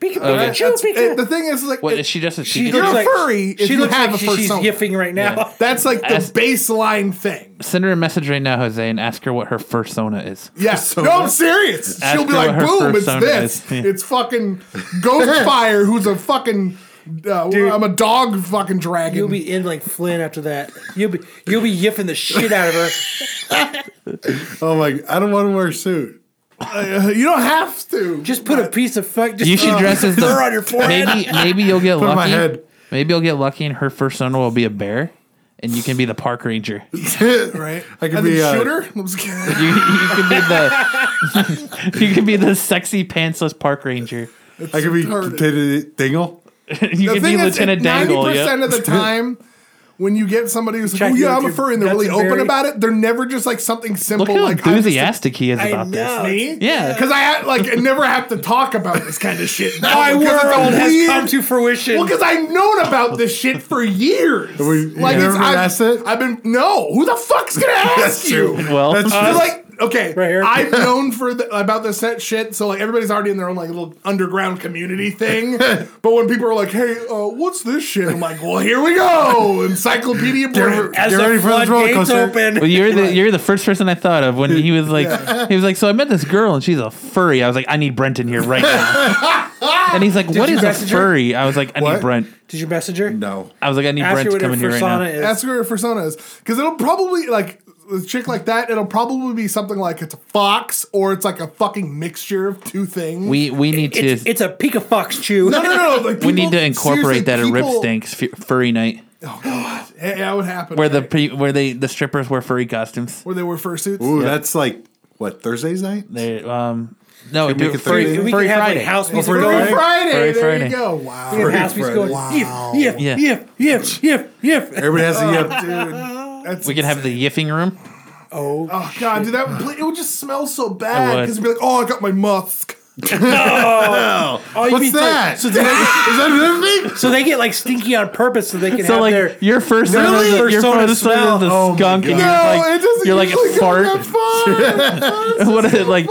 [SPEAKER 2] Pika,
[SPEAKER 1] Okay.
[SPEAKER 2] Pikachu,
[SPEAKER 4] That's-
[SPEAKER 2] Pika.
[SPEAKER 4] it- the thing is, like,
[SPEAKER 1] what
[SPEAKER 4] it-
[SPEAKER 1] is she just a she
[SPEAKER 2] she
[SPEAKER 4] you're
[SPEAKER 2] looks like
[SPEAKER 4] a furry if
[SPEAKER 2] She
[SPEAKER 4] you
[SPEAKER 2] looks
[SPEAKER 4] have
[SPEAKER 2] like
[SPEAKER 4] a
[SPEAKER 2] she- she's
[SPEAKER 4] persona.
[SPEAKER 2] yiffing right now.
[SPEAKER 4] that's like the
[SPEAKER 1] Ask-
[SPEAKER 4] baseline thing.
[SPEAKER 1] Send her a message right now, Jose, and ask her what her fursona is.
[SPEAKER 4] Yes. No, I'm serious.
[SPEAKER 1] Ask
[SPEAKER 4] She'll be
[SPEAKER 1] her
[SPEAKER 4] like,
[SPEAKER 1] what her
[SPEAKER 4] "Boom! It's
[SPEAKER 1] persona
[SPEAKER 4] this.
[SPEAKER 1] is.
[SPEAKER 4] It's fucking Ghostfire, who's a fucking. Uh, I'm a dog fucking dragon.
[SPEAKER 2] You'll be in like Flynn after that. You'll be you'll be yiffing the shit out of her.
[SPEAKER 3] Oh my! I don't want to wear a suit.
[SPEAKER 4] Uh, you don't have to.
[SPEAKER 2] Just put a piece of fuck. Just
[SPEAKER 1] You should dress as the
[SPEAKER 2] fur on your forehead.
[SPEAKER 1] maybe maybe you'll get
[SPEAKER 3] on
[SPEAKER 1] lucky.
[SPEAKER 3] my head.
[SPEAKER 1] Maybe you'll get lucky, and her fursona will be a bear, and you can be the park ranger.
[SPEAKER 4] right.
[SPEAKER 3] I could
[SPEAKER 4] and
[SPEAKER 3] be
[SPEAKER 4] then
[SPEAKER 3] uh,
[SPEAKER 4] shooter. I'm just kidding.
[SPEAKER 1] You, you could be the you could be the sexy pantsless park ranger.
[SPEAKER 3] I could be
[SPEAKER 4] retarded.
[SPEAKER 3] Lieutenant Dingle.
[SPEAKER 1] You could be Lieutenant Dangle.
[SPEAKER 4] Ninety percent
[SPEAKER 1] Yeah.
[SPEAKER 4] of the time, when you get somebody who's like,
[SPEAKER 2] Check
[SPEAKER 4] "Oh yeah,
[SPEAKER 2] your-
[SPEAKER 4] I'm a
[SPEAKER 2] your
[SPEAKER 4] furry," and they're
[SPEAKER 2] nuts and
[SPEAKER 4] really open
[SPEAKER 2] berry.
[SPEAKER 4] about it, they're never just like something
[SPEAKER 1] Look
[SPEAKER 4] simple.
[SPEAKER 1] how
[SPEAKER 4] like I'm just a-
[SPEAKER 1] enthusiastic he is
[SPEAKER 2] I
[SPEAKER 1] about this.
[SPEAKER 2] know.
[SPEAKER 4] me,
[SPEAKER 1] Yeah.
[SPEAKER 4] because I act- like I never have to talk about this kind of shit. now,
[SPEAKER 2] My
[SPEAKER 4] because it's a
[SPEAKER 2] world has
[SPEAKER 4] weird-
[SPEAKER 2] come to fruition.
[SPEAKER 4] Well, because I've known about this shit for years.
[SPEAKER 3] we- you
[SPEAKER 4] it's-
[SPEAKER 3] never been
[SPEAKER 4] I've,
[SPEAKER 3] asked it?
[SPEAKER 4] I've been no. Who the fuck's gonna ask you? uh,
[SPEAKER 1] Well,
[SPEAKER 3] That's
[SPEAKER 4] They're
[SPEAKER 3] just-
[SPEAKER 4] like okay,
[SPEAKER 2] Right here.
[SPEAKER 4] I've known for the, about this set shit, so like everybody's already in their own like little underground community thing. but when people are like, "Hey, uh, what's this shit?" I'm like, "Well, here we go, Encyclopedia Brand."
[SPEAKER 2] as
[SPEAKER 3] Get ready
[SPEAKER 2] the
[SPEAKER 3] for this roller
[SPEAKER 2] floodgates
[SPEAKER 3] coaster.
[SPEAKER 2] open.
[SPEAKER 1] well, you're the you're the first person I thought of when he was like he was like so I met this girl and she's a furry. I was like I need Brent in here right now. and he's like, what
[SPEAKER 2] you
[SPEAKER 1] is a
[SPEAKER 2] message her?
[SPEAKER 1] furry? I was like, I need
[SPEAKER 3] What?
[SPEAKER 1] Brent.
[SPEAKER 2] Did you message her?
[SPEAKER 3] No,
[SPEAKER 1] I was like, I need
[SPEAKER 2] Ask
[SPEAKER 1] Brent
[SPEAKER 2] her
[SPEAKER 1] to
[SPEAKER 2] what
[SPEAKER 1] come
[SPEAKER 2] her
[SPEAKER 1] in here right now.
[SPEAKER 2] persona is.
[SPEAKER 4] Ask her for personas because it'll probably like with chick like that. It'll probably be something like it's a fox or it's like a fucking mixture of two things.
[SPEAKER 1] We we need to
[SPEAKER 2] It's, it's a Pika Fox chew.
[SPEAKER 4] no, no, no. no, Like
[SPEAKER 1] we need to
[SPEAKER 4] people- seriously,
[SPEAKER 1] incorporate that at Rip
[SPEAKER 4] people-
[SPEAKER 1] Stinks f- furry night
[SPEAKER 4] Yeah, that would happen.
[SPEAKER 1] where the pre, where they the strippers wear furry costumes.
[SPEAKER 4] where they wear fursuits.
[SPEAKER 3] ooh, that's like what Thursday's night.
[SPEAKER 1] They um no
[SPEAKER 3] we
[SPEAKER 1] do it
[SPEAKER 3] could
[SPEAKER 1] furry,
[SPEAKER 3] throw
[SPEAKER 2] We
[SPEAKER 1] furry,
[SPEAKER 2] can have
[SPEAKER 1] Friday.
[SPEAKER 2] like house music
[SPEAKER 4] Furry
[SPEAKER 3] Furry
[SPEAKER 2] going.
[SPEAKER 4] Friday.
[SPEAKER 1] Furry
[SPEAKER 4] there
[SPEAKER 1] Friday.
[SPEAKER 4] you go.
[SPEAKER 2] We have
[SPEAKER 4] Wow.
[SPEAKER 2] house music going.
[SPEAKER 4] Wow.
[SPEAKER 2] Yiff,
[SPEAKER 1] Yeah.
[SPEAKER 2] yiff, yiff, yiff, yiff, yiff.
[SPEAKER 3] Everybody has to yell.
[SPEAKER 4] Dude, that's
[SPEAKER 1] We can have the yiffing room.
[SPEAKER 2] Oh,
[SPEAKER 4] Oh god, dude, that would pl- it would just smell so bad
[SPEAKER 1] would.
[SPEAKER 4] because it'd be like, oh, I got my musk.
[SPEAKER 2] Oh, you mean
[SPEAKER 3] What's
[SPEAKER 2] like-
[SPEAKER 3] that?
[SPEAKER 2] so,
[SPEAKER 3] Is that a thing?
[SPEAKER 2] so they get like stinky on purpose so they can
[SPEAKER 1] So
[SPEAKER 2] have
[SPEAKER 1] like
[SPEAKER 2] their.
[SPEAKER 1] your first
[SPEAKER 2] Really?
[SPEAKER 1] your
[SPEAKER 2] Persona
[SPEAKER 1] first
[SPEAKER 2] smell.
[SPEAKER 1] is the
[SPEAKER 3] Oh my
[SPEAKER 1] skunk and
[SPEAKER 3] God.
[SPEAKER 1] you're like you're
[SPEAKER 4] usually
[SPEAKER 1] like
[SPEAKER 4] go
[SPEAKER 1] fart.
[SPEAKER 4] that far.
[SPEAKER 1] What is it like?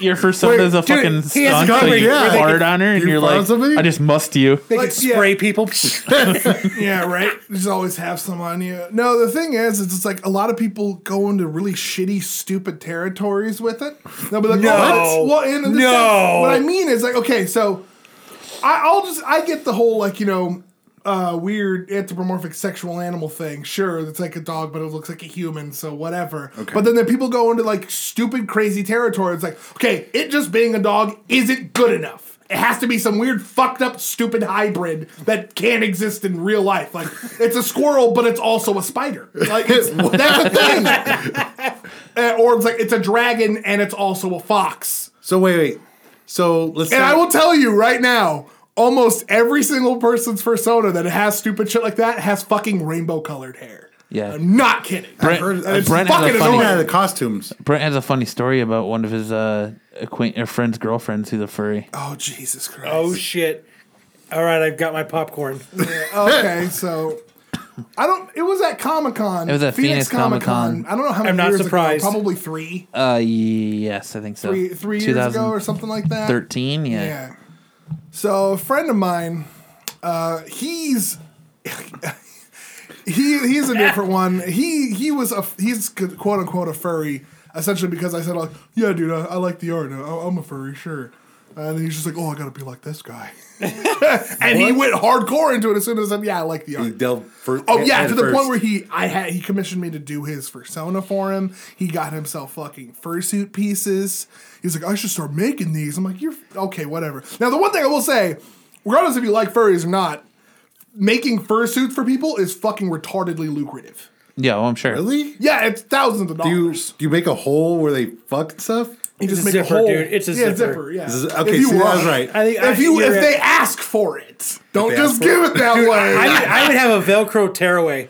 [SPEAKER 1] Your persona is a
[SPEAKER 2] dude, he
[SPEAKER 1] fucking
[SPEAKER 2] has
[SPEAKER 1] skunk,
[SPEAKER 3] a
[SPEAKER 1] so
[SPEAKER 3] company,
[SPEAKER 1] you
[SPEAKER 3] yeah. They
[SPEAKER 1] fart
[SPEAKER 3] could-
[SPEAKER 1] on her, and
[SPEAKER 3] you
[SPEAKER 1] you are
[SPEAKER 3] fart on
[SPEAKER 1] like,
[SPEAKER 3] somebody?
[SPEAKER 1] "I just must you."
[SPEAKER 2] they
[SPEAKER 4] like,
[SPEAKER 2] can
[SPEAKER 4] yeah.
[SPEAKER 2] spray people.
[SPEAKER 4] yeah, right. You just always have some on you. No, the thing is, it's just like a lot of people go into really shitty, stupid territories with it. They'll be like,
[SPEAKER 2] No.
[SPEAKER 4] oh, what? Well, and this
[SPEAKER 2] No.
[SPEAKER 4] What I mean is like, okay, so I, I'll just I get the whole like you know uh, weird anthropomorphic sexual animal thing. Sure, it's like a dog, but it looks like a human, so whatever.
[SPEAKER 3] Okay.
[SPEAKER 4] But then the people go into like stupid, crazy territory. It's like, okay, it just being a dog isn't good enough. It has to be some weird, fucked up, stupid hybrid that can't exist in real life. Like it's a squirrel, but it's also a spider. Like it's, that's a thing. Uh, or it's like it's a dragon and it's also a fox.
[SPEAKER 3] So wait, wait. So let's.
[SPEAKER 4] And
[SPEAKER 3] say-
[SPEAKER 4] I will tell you right now, almost every single person's persona that has stupid shit like that has fucking rainbow colored hair.
[SPEAKER 1] Yeah.
[SPEAKER 4] I'm not kidding.
[SPEAKER 1] Brent,
[SPEAKER 3] heard-
[SPEAKER 1] uh,
[SPEAKER 3] it's
[SPEAKER 1] Brent has a
[SPEAKER 4] fucking
[SPEAKER 1] funny.
[SPEAKER 4] annoying.
[SPEAKER 3] Yeah, the costumes.
[SPEAKER 1] Brent has a funny story about one of his uh, acquaint or friend's girlfriends who's a furry.
[SPEAKER 4] Oh Jesus Christ.
[SPEAKER 2] Oh shit! All right, I've got my popcorn.
[SPEAKER 4] okay, so I don't it was at Comic Con. It
[SPEAKER 1] was at Phoenix Comic-Con.
[SPEAKER 4] I don't know how many
[SPEAKER 2] I'm not
[SPEAKER 4] years
[SPEAKER 2] surprised.
[SPEAKER 4] ago. Probably three.
[SPEAKER 1] Uh, yes, I think so.
[SPEAKER 4] three three years ago or something like that.
[SPEAKER 1] 2013? Yeah.
[SPEAKER 4] Yeah. So a friend of mine, uh, he's he he's a different one. He he was a he's quote unquote a furry essentially because I said like yeah dude I, I like the art I, I'm a furry sure. And then he's just like, oh, I gotta be like this guy, and he went hardcore into it as soon as I said, yeah, I like the art.
[SPEAKER 3] He delved first.
[SPEAKER 4] Oh yeah, to the point where he I had he commissioned me to do his persona for him. He got himself fucking fursuit pieces. He's like, I should start making these. I'm like, you're okay, whatever. Now the one thing I will say, regardless if you like furries or not, making fursuits for people is fucking retardedly lucrative.
[SPEAKER 1] Yeah, well, I'm sure.
[SPEAKER 3] really.
[SPEAKER 4] Yeah, it's thousands of
[SPEAKER 3] Do you,
[SPEAKER 4] dollars.
[SPEAKER 3] do you make a hole where they fuck and stuff?
[SPEAKER 4] you
[SPEAKER 2] It's a zipper, dude. It's a
[SPEAKER 4] yeah,
[SPEAKER 2] zipper.
[SPEAKER 4] Yeah.
[SPEAKER 3] This is- okay,
[SPEAKER 4] If you
[SPEAKER 3] see, that was
[SPEAKER 4] want.
[SPEAKER 3] right.
[SPEAKER 2] I think I,
[SPEAKER 4] If you
[SPEAKER 2] you're
[SPEAKER 4] if
[SPEAKER 2] right.
[SPEAKER 4] they ask for it, don't
[SPEAKER 3] they
[SPEAKER 4] just
[SPEAKER 3] ask for
[SPEAKER 4] give it that way.
[SPEAKER 2] I would, I would have a Velcro tearaway.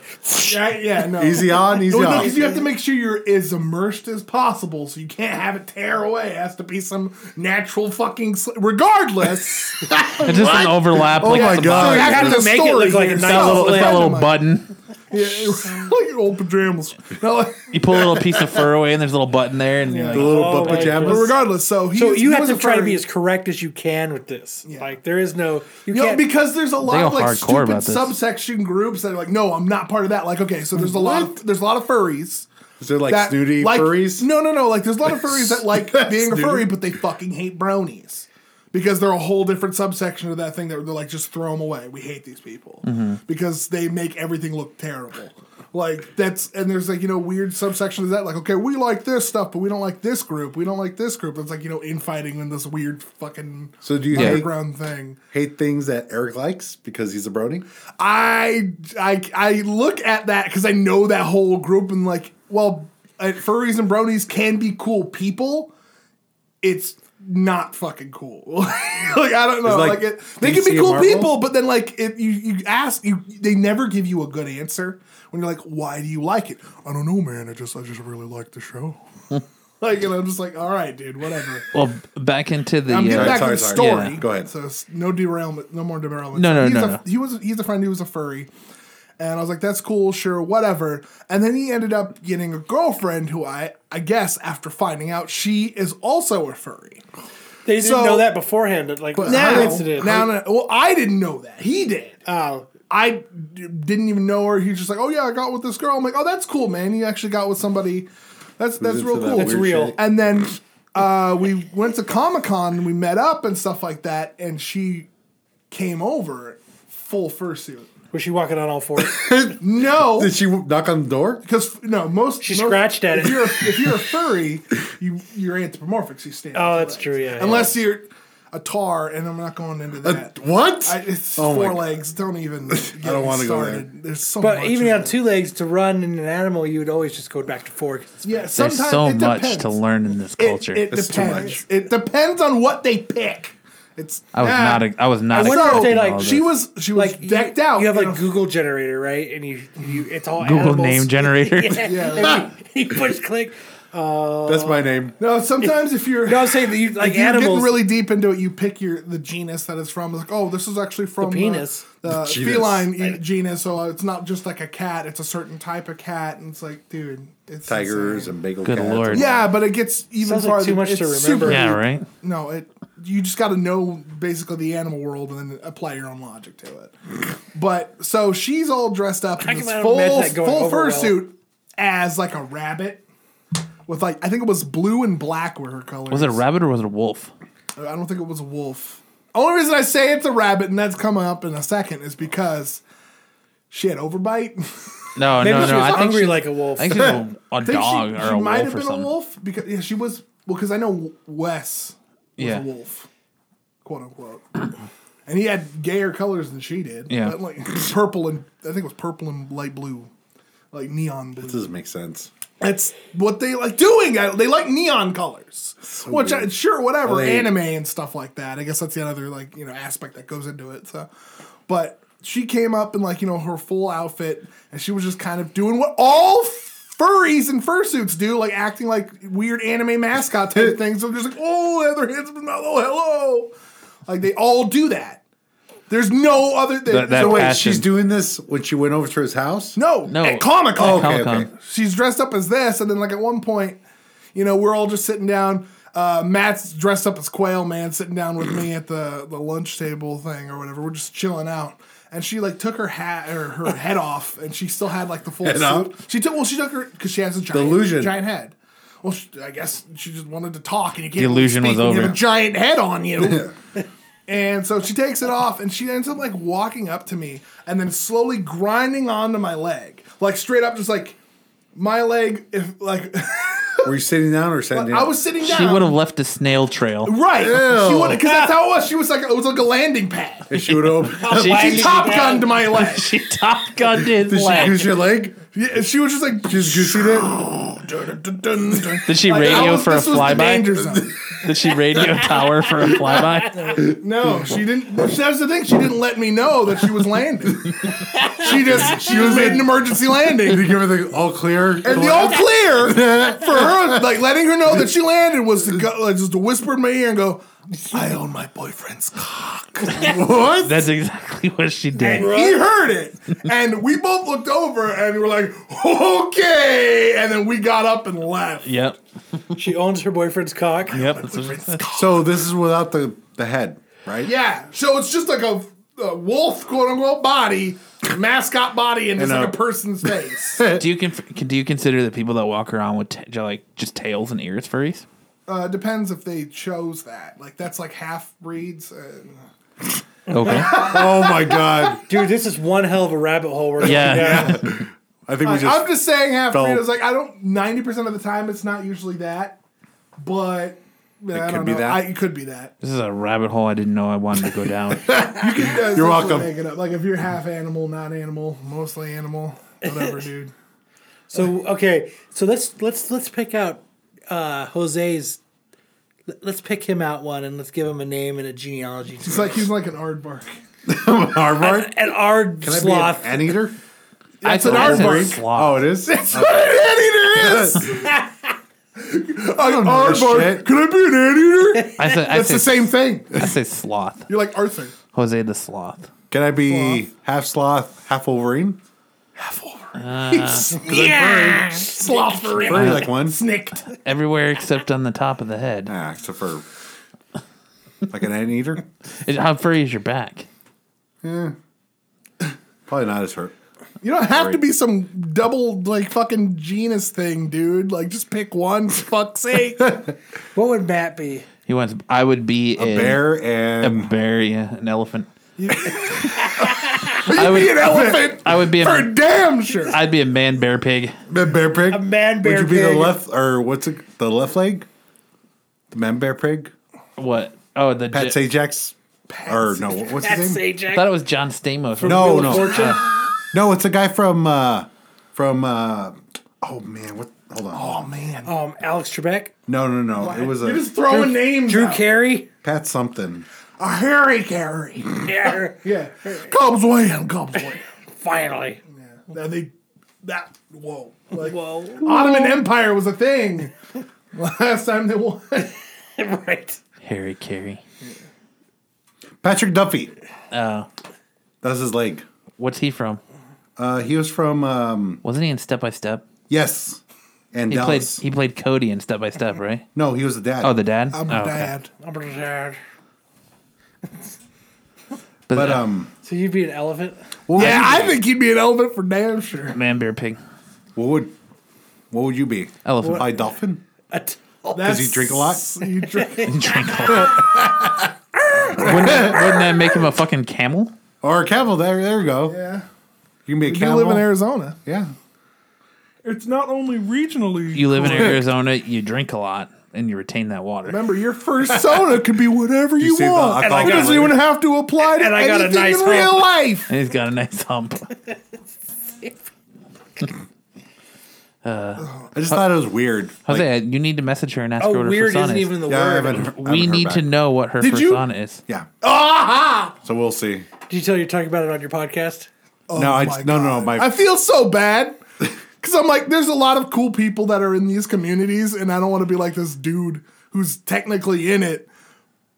[SPEAKER 4] yeah, yeah, no.
[SPEAKER 3] Easy on, easy
[SPEAKER 4] Well, no,
[SPEAKER 3] off.
[SPEAKER 4] because you have to make sure you're as immersed as possible, so you can't have it tear away. It has to be some natural fucking. Sl- Regardless,
[SPEAKER 1] It's just an overlap. like
[SPEAKER 3] my
[SPEAKER 1] at the
[SPEAKER 3] God.
[SPEAKER 1] bottom.
[SPEAKER 4] I
[SPEAKER 2] have to make it look like a
[SPEAKER 1] It's
[SPEAKER 2] nice
[SPEAKER 1] got a little, it's got a little button.
[SPEAKER 4] Yeah, like your old pajamas. No, like-
[SPEAKER 1] You pull a little piece of fur away, and there's a little button there, and
[SPEAKER 3] the
[SPEAKER 1] you're like,
[SPEAKER 3] little
[SPEAKER 2] Oh
[SPEAKER 3] butt
[SPEAKER 2] my
[SPEAKER 4] but
[SPEAKER 3] pajamas.
[SPEAKER 4] regardless, so he
[SPEAKER 2] So
[SPEAKER 4] he
[SPEAKER 2] you have
[SPEAKER 4] was
[SPEAKER 2] to
[SPEAKER 4] a
[SPEAKER 2] try to be
[SPEAKER 4] furry.
[SPEAKER 2] as correct as you can with this. Like there is no you
[SPEAKER 4] You know,
[SPEAKER 2] can't
[SPEAKER 4] because there's a lot
[SPEAKER 1] go
[SPEAKER 4] of like
[SPEAKER 1] hardcore
[SPEAKER 4] stupid
[SPEAKER 1] about this.
[SPEAKER 4] subsection groups that are like, no, I'm not part of that. Like, okay, so there's a lot of there's a lot of furries.
[SPEAKER 3] Is there like
[SPEAKER 4] that
[SPEAKER 3] snooty
[SPEAKER 4] like,
[SPEAKER 3] furries?
[SPEAKER 4] No, no, no. Like there's a lot of furries that like being a
[SPEAKER 3] Snooty.
[SPEAKER 4] furry, but they fucking hate bronies because they're a whole different subsection of that thing that they're like just throw them away. We hate these people
[SPEAKER 3] Mm-hmm.
[SPEAKER 4] because they make everything look terrible. Like that's and there's like you know weird subsections of that. Like okay, we like this stuff, but we don't like this group. We don't like this group. It's like you know infighting in this weird fucking
[SPEAKER 3] So do you hate,
[SPEAKER 4] underground thing.
[SPEAKER 3] hate things that Eric likes because he's a brony?
[SPEAKER 4] I I I look at that because I know that whole group and like, well, uh, furries and bronies can be cool people. It's not fucking cool. like I don't know.
[SPEAKER 3] like
[SPEAKER 4] Like, it, they can
[SPEAKER 3] DC
[SPEAKER 4] be cool
[SPEAKER 3] Marvel?
[SPEAKER 4] people, but then like if you you ask you, they never give you a good answer when you're like, why do you like it? I don't know, man. I just I just really like the show. like and I'm just like, all right, dude, whatever.
[SPEAKER 1] well, back into the.
[SPEAKER 4] I'm getting
[SPEAKER 1] uh,
[SPEAKER 4] back
[SPEAKER 3] sorry,
[SPEAKER 4] to the
[SPEAKER 3] sorry.
[SPEAKER 4] story.
[SPEAKER 3] Yeah, go ahead.
[SPEAKER 4] So s- no derailment, no more derailment.
[SPEAKER 1] No,
[SPEAKER 4] So
[SPEAKER 1] no,
[SPEAKER 4] he's
[SPEAKER 1] no,
[SPEAKER 4] a,
[SPEAKER 1] no.
[SPEAKER 4] He was he's a friend. He was a furry, and I was like, that's cool, sure, whatever. And then he ended up getting a girlfriend who I I guess after finding out she is also a furry.
[SPEAKER 2] they didn't
[SPEAKER 4] so-
[SPEAKER 2] know that beforehand. It, Like
[SPEAKER 4] now,
[SPEAKER 2] now, incident.
[SPEAKER 4] now, now- well, I didn't know that. He did.
[SPEAKER 2] oh,
[SPEAKER 4] I d- didn't even know her. He was just like, oh yeah, I got with this girl. I'm like, oh that's cool, man. You actually got with somebody. That's that's
[SPEAKER 3] into
[SPEAKER 4] real
[SPEAKER 3] that
[SPEAKER 4] cool.
[SPEAKER 3] weird
[SPEAKER 2] real.
[SPEAKER 3] shit?
[SPEAKER 4] And then uh, we went to Comic Con and we met up and stuff like that. And she came over full fursuit.
[SPEAKER 2] was she walking on all fours?
[SPEAKER 4] No,
[SPEAKER 3] Did she knock on the door?
[SPEAKER 4] because no, most
[SPEAKER 2] She
[SPEAKER 4] most-
[SPEAKER 2] scratched at
[SPEAKER 4] if
[SPEAKER 2] it.
[SPEAKER 4] You're, if you're a furry, you you're anthropomorphic. So you stand. on
[SPEAKER 2] Oh,
[SPEAKER 4] two
[SPEAKER 2] that's
[SPEAKER 4] legs.
[SPEAKER 2] true, yeah, yeah.
[SPEAKER 4] Unless you're a tar, and I'm not going into
[SPEAKER 3] Uh,
[SPEAKER 4] that.
[SPEAKER 3] what?
[SPEAKER 4] I, it's
[SPEAKER 3] Oh
[SPEAKER 4] four
[SPEAKER 3] my God.
[SPEAKER 4] legs. Don't even. Get
[SPEAKER 3] don't wanna
[SPEAKER 4] to
[SPEAKER 3] go there.
[SPEAKER 4] There's so much.
[SPEAKER 2] but even
[SPEAKER 4] in
[SPEAKER 2] on
[SPEAKER 4] it.
[SPEAKER 2] two legs to run in an animal, you would always just go back to four. 'cause it's-
[SPEAKER 4] Yeah,
[SPEAKER 1] There's
[SPEAKER 4] sometimes
[SPEAKER 1] so
[SPEAKER 4] it
[SPEAKER 1] much
[SPEAKER 4] depends.
[SPEAKER 1] to learn in this culture.
[SPEAKER 4] It, it
[SPEAKER 3] It's
[SPEAKER 4] depends.
[SPEAKER 3] too much.
[SPEAKER 4] It depends on what they pick. It's.
[SPEAKER 1] I was
[SPEAKER 4] Ah.
[SPEAKER 1] not. A, I was not.
[SPEAKER 2] I wonder if
[SPEAKER 1] expecting
[SPEAKER 2] they, like,
[SPEAKER 1] all this.
[SPEAKER 4] She was. She was
[SPEAKER 2] Like you-
[SPEAKER 4] decked out.
[SPEAKER 2] You have
[SPEAKER 4] in
[SPEAKER 2] like
[SPEAKER 4] a-
[SPEAKER 2] Google generator, right? And you, you it's all
[SPEAKER 1] Google
[SPEAKER 2] animals.
[SPEAKER 1] name generator.
[SPEAKER 2] yeah.
[SPEAKER 4] Yeah.
[SPEAKER 2] And you, you push click.
[SPEAKER 3] That's my name.
[SPEAKER 4] no. Sometimes if you're.
[SPEAKER 2] No, I'm saying that you like
[SPEAKER 4] if you're
[SPEAKER 2] animals.
[SPEAKER 4] getting really deep into it, you pick your the genus that it's from. It's like, oh, this is actually from the
[SPEAKER 2] penis.
[SPEAKER 4] the,
[SPEAKER 3] genus.
[SPEAKER 4] feline e- genus. So it's not just like a cat; it's a certain type of cat, and it's like, dude, it's
[SPEAKER 3] Tigers
[SPEAKER 4] insane.
[SPEAKER 3] and bagel
[SPEAKER 1] Good
[SPEAKER 3] cats.
[SPEAKER 1] lord.
[SPEAKER 4] yeah, but it gets even
[SPEAKER 2] Sounds like
[SPEAKER 4] farther.
[SPEAKER 2] too much
[SPEAKER 4] It's
[SPEAKER 2] to remember.
[SPEAKER 4] super
[SPEAKER 1] Yeah,
[SPEAKER 4] deep.
[SPEAKER 1] right.
[SPEAKER 4] No, it you just got to know basically the animal world and then apply your own logic to it. but so she's all dressed up
[SPEAKER 2] I
[SPEAKER 4] in
[SPEAKER 2] can
[SPEAKER 4] this
[SPEAKER 2] imagine
[SPEAKER 4] full
[SPEAKER 2] that going
[SPEAKER 4] full
[SPEAKER 2] over well.
[SPEAKER 4] fursuit as like a rabbit with like I think it was blue and black were her colors.
[SPEAKER 1] Was it a rabbit or was it a wolf?
[SPEAKER 4] I don't think it was a wolf. Only reason I say it's a rabbit, and that's coming up in a second, is because she had overbite.
[SPEAKER 1] No,
[SPEAKER 2] Maybe
[SPEAKER 1] no,
[SPEAKER 2] she
[SPEAKER 1] no.
[SPEAKER 2] was
[SPEAKER 1] I think
[SPEAKER 2] hungry
[SPEAKER 1] she,
[SPEAKER 2] like a wolf.
[SPEAKER 1] I think she's a, a
[SPEAKER 4] think
[SPEAKER 1] dog
[SPEAKER 4] she,
[SPEAKER 1] or
[SPEAKER 4] she
[SPEAKER 1] a
[SPEAKER 4] might
[SPEAKER 1] wolf
[SPEAKER 4] have
[SPEAKER 1] or
[SPEAKER 4] been
[SPEAKER 1] something.
[SPEAKER 4] a wolf because yeah, she was. Well, because I know Wes was
[SPEAKER 1] Yeah.
[SPEAKER 4] a wolf, quote unquote, and he had gayer colors than she did.
[SPEAKER 1] Yeah.
[SPEAKER 4] but like purple and I think it was purple and light blue, like neon blue.
[SPEAKER 3] doesn't make sense.
[SPEAKER 4] That's what they like doing. I- They like neon colors, which I,
[SPEAKER 3] weird.
[SPEAKER 4] sure, whatever,
[SPEAKER 3] They-
[SPEAKER 4] anime and stuff like that. I guess that's the other like you know aspect that goes into it. So, but she came up in like you know her full outfit, and she was just kind of doing what all furries and fursuits do, like acting like weird anime mascot type things. I'm just like, oh, yeah, their hands up in my mouth. Oh, hello. Like they all do that. There's no other.
[SPEAKER 1] That- that
[SPEAKER 4] no,
[SPEAKER 1] wait,
[SPEAKER 3] Wait,
[SPEAKER 1] Ashton.
[SPEAKER 3] she's doing this when she went over to his house.
[SPEAKER 4] no,
[SPEAKER 1] No.
[SPEAKER 4] at Comic Con.
[SPEAKER 1] Oh,
[SPEAKER 3] okay,
[SPEAKER 1] Comic-Con.
[SPEAKER 3] okay.
[SPEAKER 4] she's dressed up as this, and then like at one point, you know, we're all just sitting down. Uh, Matt's dressed up as Quail Man, sitting down with me at the the lunch table thing or whatever. We're just chilling out, and she like took her hat or her head off, and she still had like the full
[SPEAKER 3] Head
[SPEAKER 4] suit.
[SPEAKER 3] off?
[SPEAKER 4] She took well, she took her because she has a giant
[SPEAKER 3] Delusion.
[SPEAKER 4] giant head. Well, she, I guess she just wanted to talk, and you can't.
[SPEAKER 1] The illusion
[SPEAKER 4] really speak
[SPEAKER 1] was
[SPEAKER 4] when You have
[SPEAKER 1] over.
[SPEAKER 4] a giant head on you. And so she takes it off and she ends up like walking up to me and then slowly grinding onto my leg. Like straight up just like my leg if like
[SPEAKER 3] Were you sitting down or sitting down?
[SPEAKER 4] I was sitting down.
[SPEAKER 1] She would have left a snail trail.
[SPEAKER 4] Right. She
[SPEAKER 3] Ew.
[SPEAKER 4] would have cuz that's how it was. She was like it was like a landing pad.
[SPEAKER 3] If she would open.
[SPEAKER 4] She top gunned my leg.
[SPEAKER 1] She top gunned his
[SPEAKER 3] Did she
[SPEAKER 1] leg.
[SPEAKER 3] use your leg?
[SPEAKER 4] Yeah, she was just like
[SPEAKER 3] She's goosey it.
[SPEAKER 1] Did she
[SPEAKER 4] Like, that
[SPEAKER 1] radio
[SPEAKER 4] was-
[SPEAKER 1] for a
[SPEAKER 4] this was the danger
[SPEAKER 1] flyby?
[SPEAKER 4] zone.
[SPEAKER 1] Did she radio tower for a flyby?
[SPEAKER 4] No, she didn't. That's the thing. She didn't let me know that she was landing. she just she was made an emergency landing.
[SPEAKER 3] Did you give her the all clear?
[SPEAKER 4] And the all clear for her, like letting her know that she landed was to go, like, just to whisper in my ear and go, I own my boyfriend's cock.
[SPEAKER 3] what?
[SPEAKER 1] That's exactly what she
[SPEAKER 4] And
[SPEAKER 1] did.
[SPEAKER 4] he heard it. And we both looked over and were like, okay. And then we got up and left.
[SPEAKER 1] Yep.
[SPEAKER 2] She owns her boyfriend's cock.
[SPEAKER 1] Yep. That's what she said.
[SPEAKER 3] so this is without the the head, right?
[SPEAKER 4] Yeah. So it's just like a, a wolf, quote unquote, body, mascot body, and just
[SPEAKER 3] And
[SPEAKER 4] like
[SPEAKER 3] a-
[SPEAKER 4] a person's face.
[SPEAKER 1] Do you con- do you consider that people that walk around with ta- like just tails and ears furries?
[SPEAKER 4] Uh, depends if they chose that. Like, that's like half breeds. Uh,
[SPEAKER 1] Okay.
[SPEAKER 3] Oh my god!
[SPEAKER 2] Dude, this is one hell of a rabbit hole we're going
[SPEAKER 1] Yeah.
[SPEAKER 2] down.
[SPEAKER 3] I think we
[SPEAKER 4] Like,
[SPEAKER 3] just
[SPEAKER 4] I'm just saying half
[SPEAKER 3] felt-
[SPEAKER 4] freedom is like I don't ninety percent of the time it's not usually that, but it I
[SPEAKER 3] could
[SPEAKER 4] don't
[SPEAKER 3] be
[SPEAKER 4] know.
[SPEAKER 3] that.
[SPEAKER 4] I, it could be that.
[SPEAKER 1] This is a rabbit hole I didn't know I wanted to go down.
[SPEAKER 4] You could, uh, essentially
[SPEAKER 3] welcome.
[SPEAKER 4] make it up. Like if you're half animal, not animal, mostly animal, whatever, dude.
[SPEAKER 2] So okay, so let's let's let's pick out uh, Jose's. let- Let's pick him out one and let's give him a name and a genealogy.
[SPEAKER 4] It's like he's like an aardvark.
[SPEAKER 3] Harvard.
[SPEAKER 2] An ard
[SPEAKER 3] Can I be
[SPEAKER 2] sloth.
[SPEAKER 3] an eater?
[SPEAKER 1] I
[SPEAKER 4] It's an
[SPEAKER 1] thought it said
[SPEAKER 4] aardvark.
[SPEAKER 1] sloth.
[SPEAKER 3] Oh, it is.
[SPEAKER 4] That's what an anteater is. An
[SPEAKER 3] know this
[SPEAKER 4] aardvark.
[SPEAKER 3] shit.
[SPEAKER 4] Could I be an anteater?
[SPEAKER 1] I said I
[SPEAKER 4] That's
[SPEAKER 1] say,
[SPEAKER 4] the same thing.
[SPEAKER 1] I say sloth.
[SPEAKER 4] You're like Arthur.
[SPEAKER 1] Jose the sloth.
[SPEAKER 3] Can I be half sloth, half Wolverine?
[SPEAKER 4] yeah. Sloppery.
[SPEAKER 3] Furry like one.
[SPEAKER 4] Snicked.
[SPEAKER 1] Everywhere except on the top of the head.
[SPEAKER 3] Ah, except for like an anteater.
[SPEAKER 1] It- How furry is your back?
[SPEAKER 3] Probably not as hurt.
[SPEAKER 4] You don't have to be some double like fucking genus thing, dude. Like just pick one for fuck's sake.
[SPEAKER 2] What would Matt be?
[SPEAKER 1] He wants. I would be
[SPEAKER 3] A bear and
[SPEAKER 1] bear, yeah, an elephant.
[SPEAKER 4] You'd
[SPEAKER 1] would-
[SPEAKER 4] be an elephant
[SPEAKER 1] I would be.
[SPEAKER 4] for
[SPEAKER 1] A,
[SPEAKER 4] damn sure.
[SPEAKER 1] I'd be a man bear pig.
[SPEAKER 3] a bear pig. A
[SPEAKER 2] man bear
[SPEAKER 3] Would you be the
[SPEAKER 2] pig.
[SPEAKER 3] left or what's it? The left leg. The man bear pig.
[SPEAKER 1] What? Oh, the.
[SPEAKER 3] Pat
[SPEAKER 1] J-
[SPEAKER 3] Sajak's. Or no, what's his name?
[SPEAKER 2] Sajak.
[SPEAKER 1] I thought it was John Stamos.
[SPEAKER 3] No,
[SPEAKER 2] Wheel of
[SPEAKER 3] no,
[SPEAKER 2] Fortune?
[SPEAKER 3] no. It's a guy from uh from. uh Oh man, what? Hold on.
[SPEAKER 4] Oh man,
[SPEAKER 2] um, Alex Trebek,
[SPEAKER 3] No, no, no. It was
[SPEAKER 4] you're
[SPEAKER 3] a
[SPEAKER 4] just throwing names.
[SPEAKER 2] Drew
[SPEAKER 4] out.
[SPEAKER 2] Carey.
[SPEAKER 3] Pat something.
[SPEAKER 4] a Harry Carey.
[SPEAKER 2] Yeah,
[SPEAKER 4] yeah, Cubs win. Cubs win.
[SPEAKER 2] finally.
[SPEAKER 4] Now they that whoa. Like,
[SPEAKER 2] Whoa,
[SPEAKER 4] Ottoman Empire was a thing. Last time they won.
[SPEAKER 2] right?
[SPEAKER 1] Harry Carey.
[SPEAKER 3] Patrick Duffy.
[SPEAKER 1] Oh,
[SPEAKER 3] That's his leg.
[SPEAKER 1] what's he from?
[SPEAKER 3] Uh, he was from um,
[SPEAKER 1] Wasn't he in Step by Step?
[SPEAKER 3] yes, and
[SPEAKER 1] He
[SPEAKER 3] Dallas.
[SPEAKER 1] played. He played Cody in Step by Step, right?
[SPEAKER 3] no, he was the dad.
[SPEAKER 1] Oh, the dad.
[SPEAKER 4] I'm
[SPEAKER 1] oh, okay.
[SPEAKER 4] bad.
[SPEAKER 2] I'm sad.
[SPEAKER 1] But,
[SPEAKER 3] but
[SPEAKER 1] uh,
[SPEAKER 3] um,
[SPEAKER 2] So you'd be an elephant.
[SPEAKER 3] what would
[SPEAKER 4] Yeah,
[SPEAKER 3] you
[SPEAKER 4] I
[SPEAKER 3] be?
[SPEAKER 4] think he'd be an elephant for damn sure.
[SPEAKER 1] man bear pig.
[SPEAKER 3] What would what would you be?
[SPEAKER 1] Elephant.
[SPEAKER 3] Probably dolphin.
[SPEAKER 2] A t-
[SPEAKER 4] Does
[SPEAKER 3] he drink a lot?
[SPEAKER 4] You drink.
[SPEAKER 1] Drink all- Wouldn't that, wouldn't that make him a fucking camel?
[SPEAKER 3] Or a camel. There, there you go.
[SPEAKER 4] Yeah.
[SPEAKER 3] You can be a
[SPEAKER 4] We do
[SPEAKER 3] camel.
[SPEAKER 4] live in Arizona.
[SPEAKER 3] Yeah.
[SPEAKER 5] It's not only regionally.
[SPEAKER 1] You live in
[SPEAKER 5] correct.
[SPEAKER 1] Arizona, you drink a lot, and you retain that water.
[SPEAKER 4] Remember, your first soda could be whatever you,
[SPEAKER 3] you see the-
[SPEAKER 4] want.
[SPEAKER 3] I thought
[SPEAKER 4] it
[SPEAKER 3] that
[SPEAKER 4] doesn't
[SPEAKER 3] was-
[SPEAKER 4] even have to apply to
[SPEAKER 2] And I
[SPEAKER 4] anything
[SPEAKER 2] got a nice
[SPEAKER 4] in real
[SPEAKER 2] hump.
[SPEAKER 4] life.
[SPEAKER 1] And he's got a nice hump.
[SPEAKER 3] I just thought it was weird. Like,
[SPEAKER 1] Jose, you need to message her and ask her
[SPEAKER 2] Oh,
[SPEAKER 1] what her
[SPEAKER 2] weird
[SPEAKER 1] persona
[SPEAKER 2] isn't
[SPEAKER 1] is.
[SPEAKER 2] even the
[SPEAKER 3] yeah, I
[SPEAKER 2] word.
[SPEAKER 3] haven't, I haven't
[SPEAKER 1] we
[SPEAKER 3] heard
[SPEAKER 1] need
[SPEAKER 3] back.
[SPEAKER 1] to know what her
[SPEAKER 4] Did you-
[SPEAKER 1] persona is.
[SPEAKER 3] Yeah.
[SPEAKER 4] Ah!
[SPEAKER 3] So we'll see.
[SPEAKER 2] Did you tell you're talking about it on your podcast?
[SPEAKER 3] no, I
[SPEAKER 4] my
[SPEAKER 3] just, no, no, no.
[SPEAKER 4] God.
[SPEAKER 3] My,
[SPEAKER 4] I feel so bad because I'm like, there's a lot of cool people that are in these communities, and I don't want to be like this dude who's technically in it,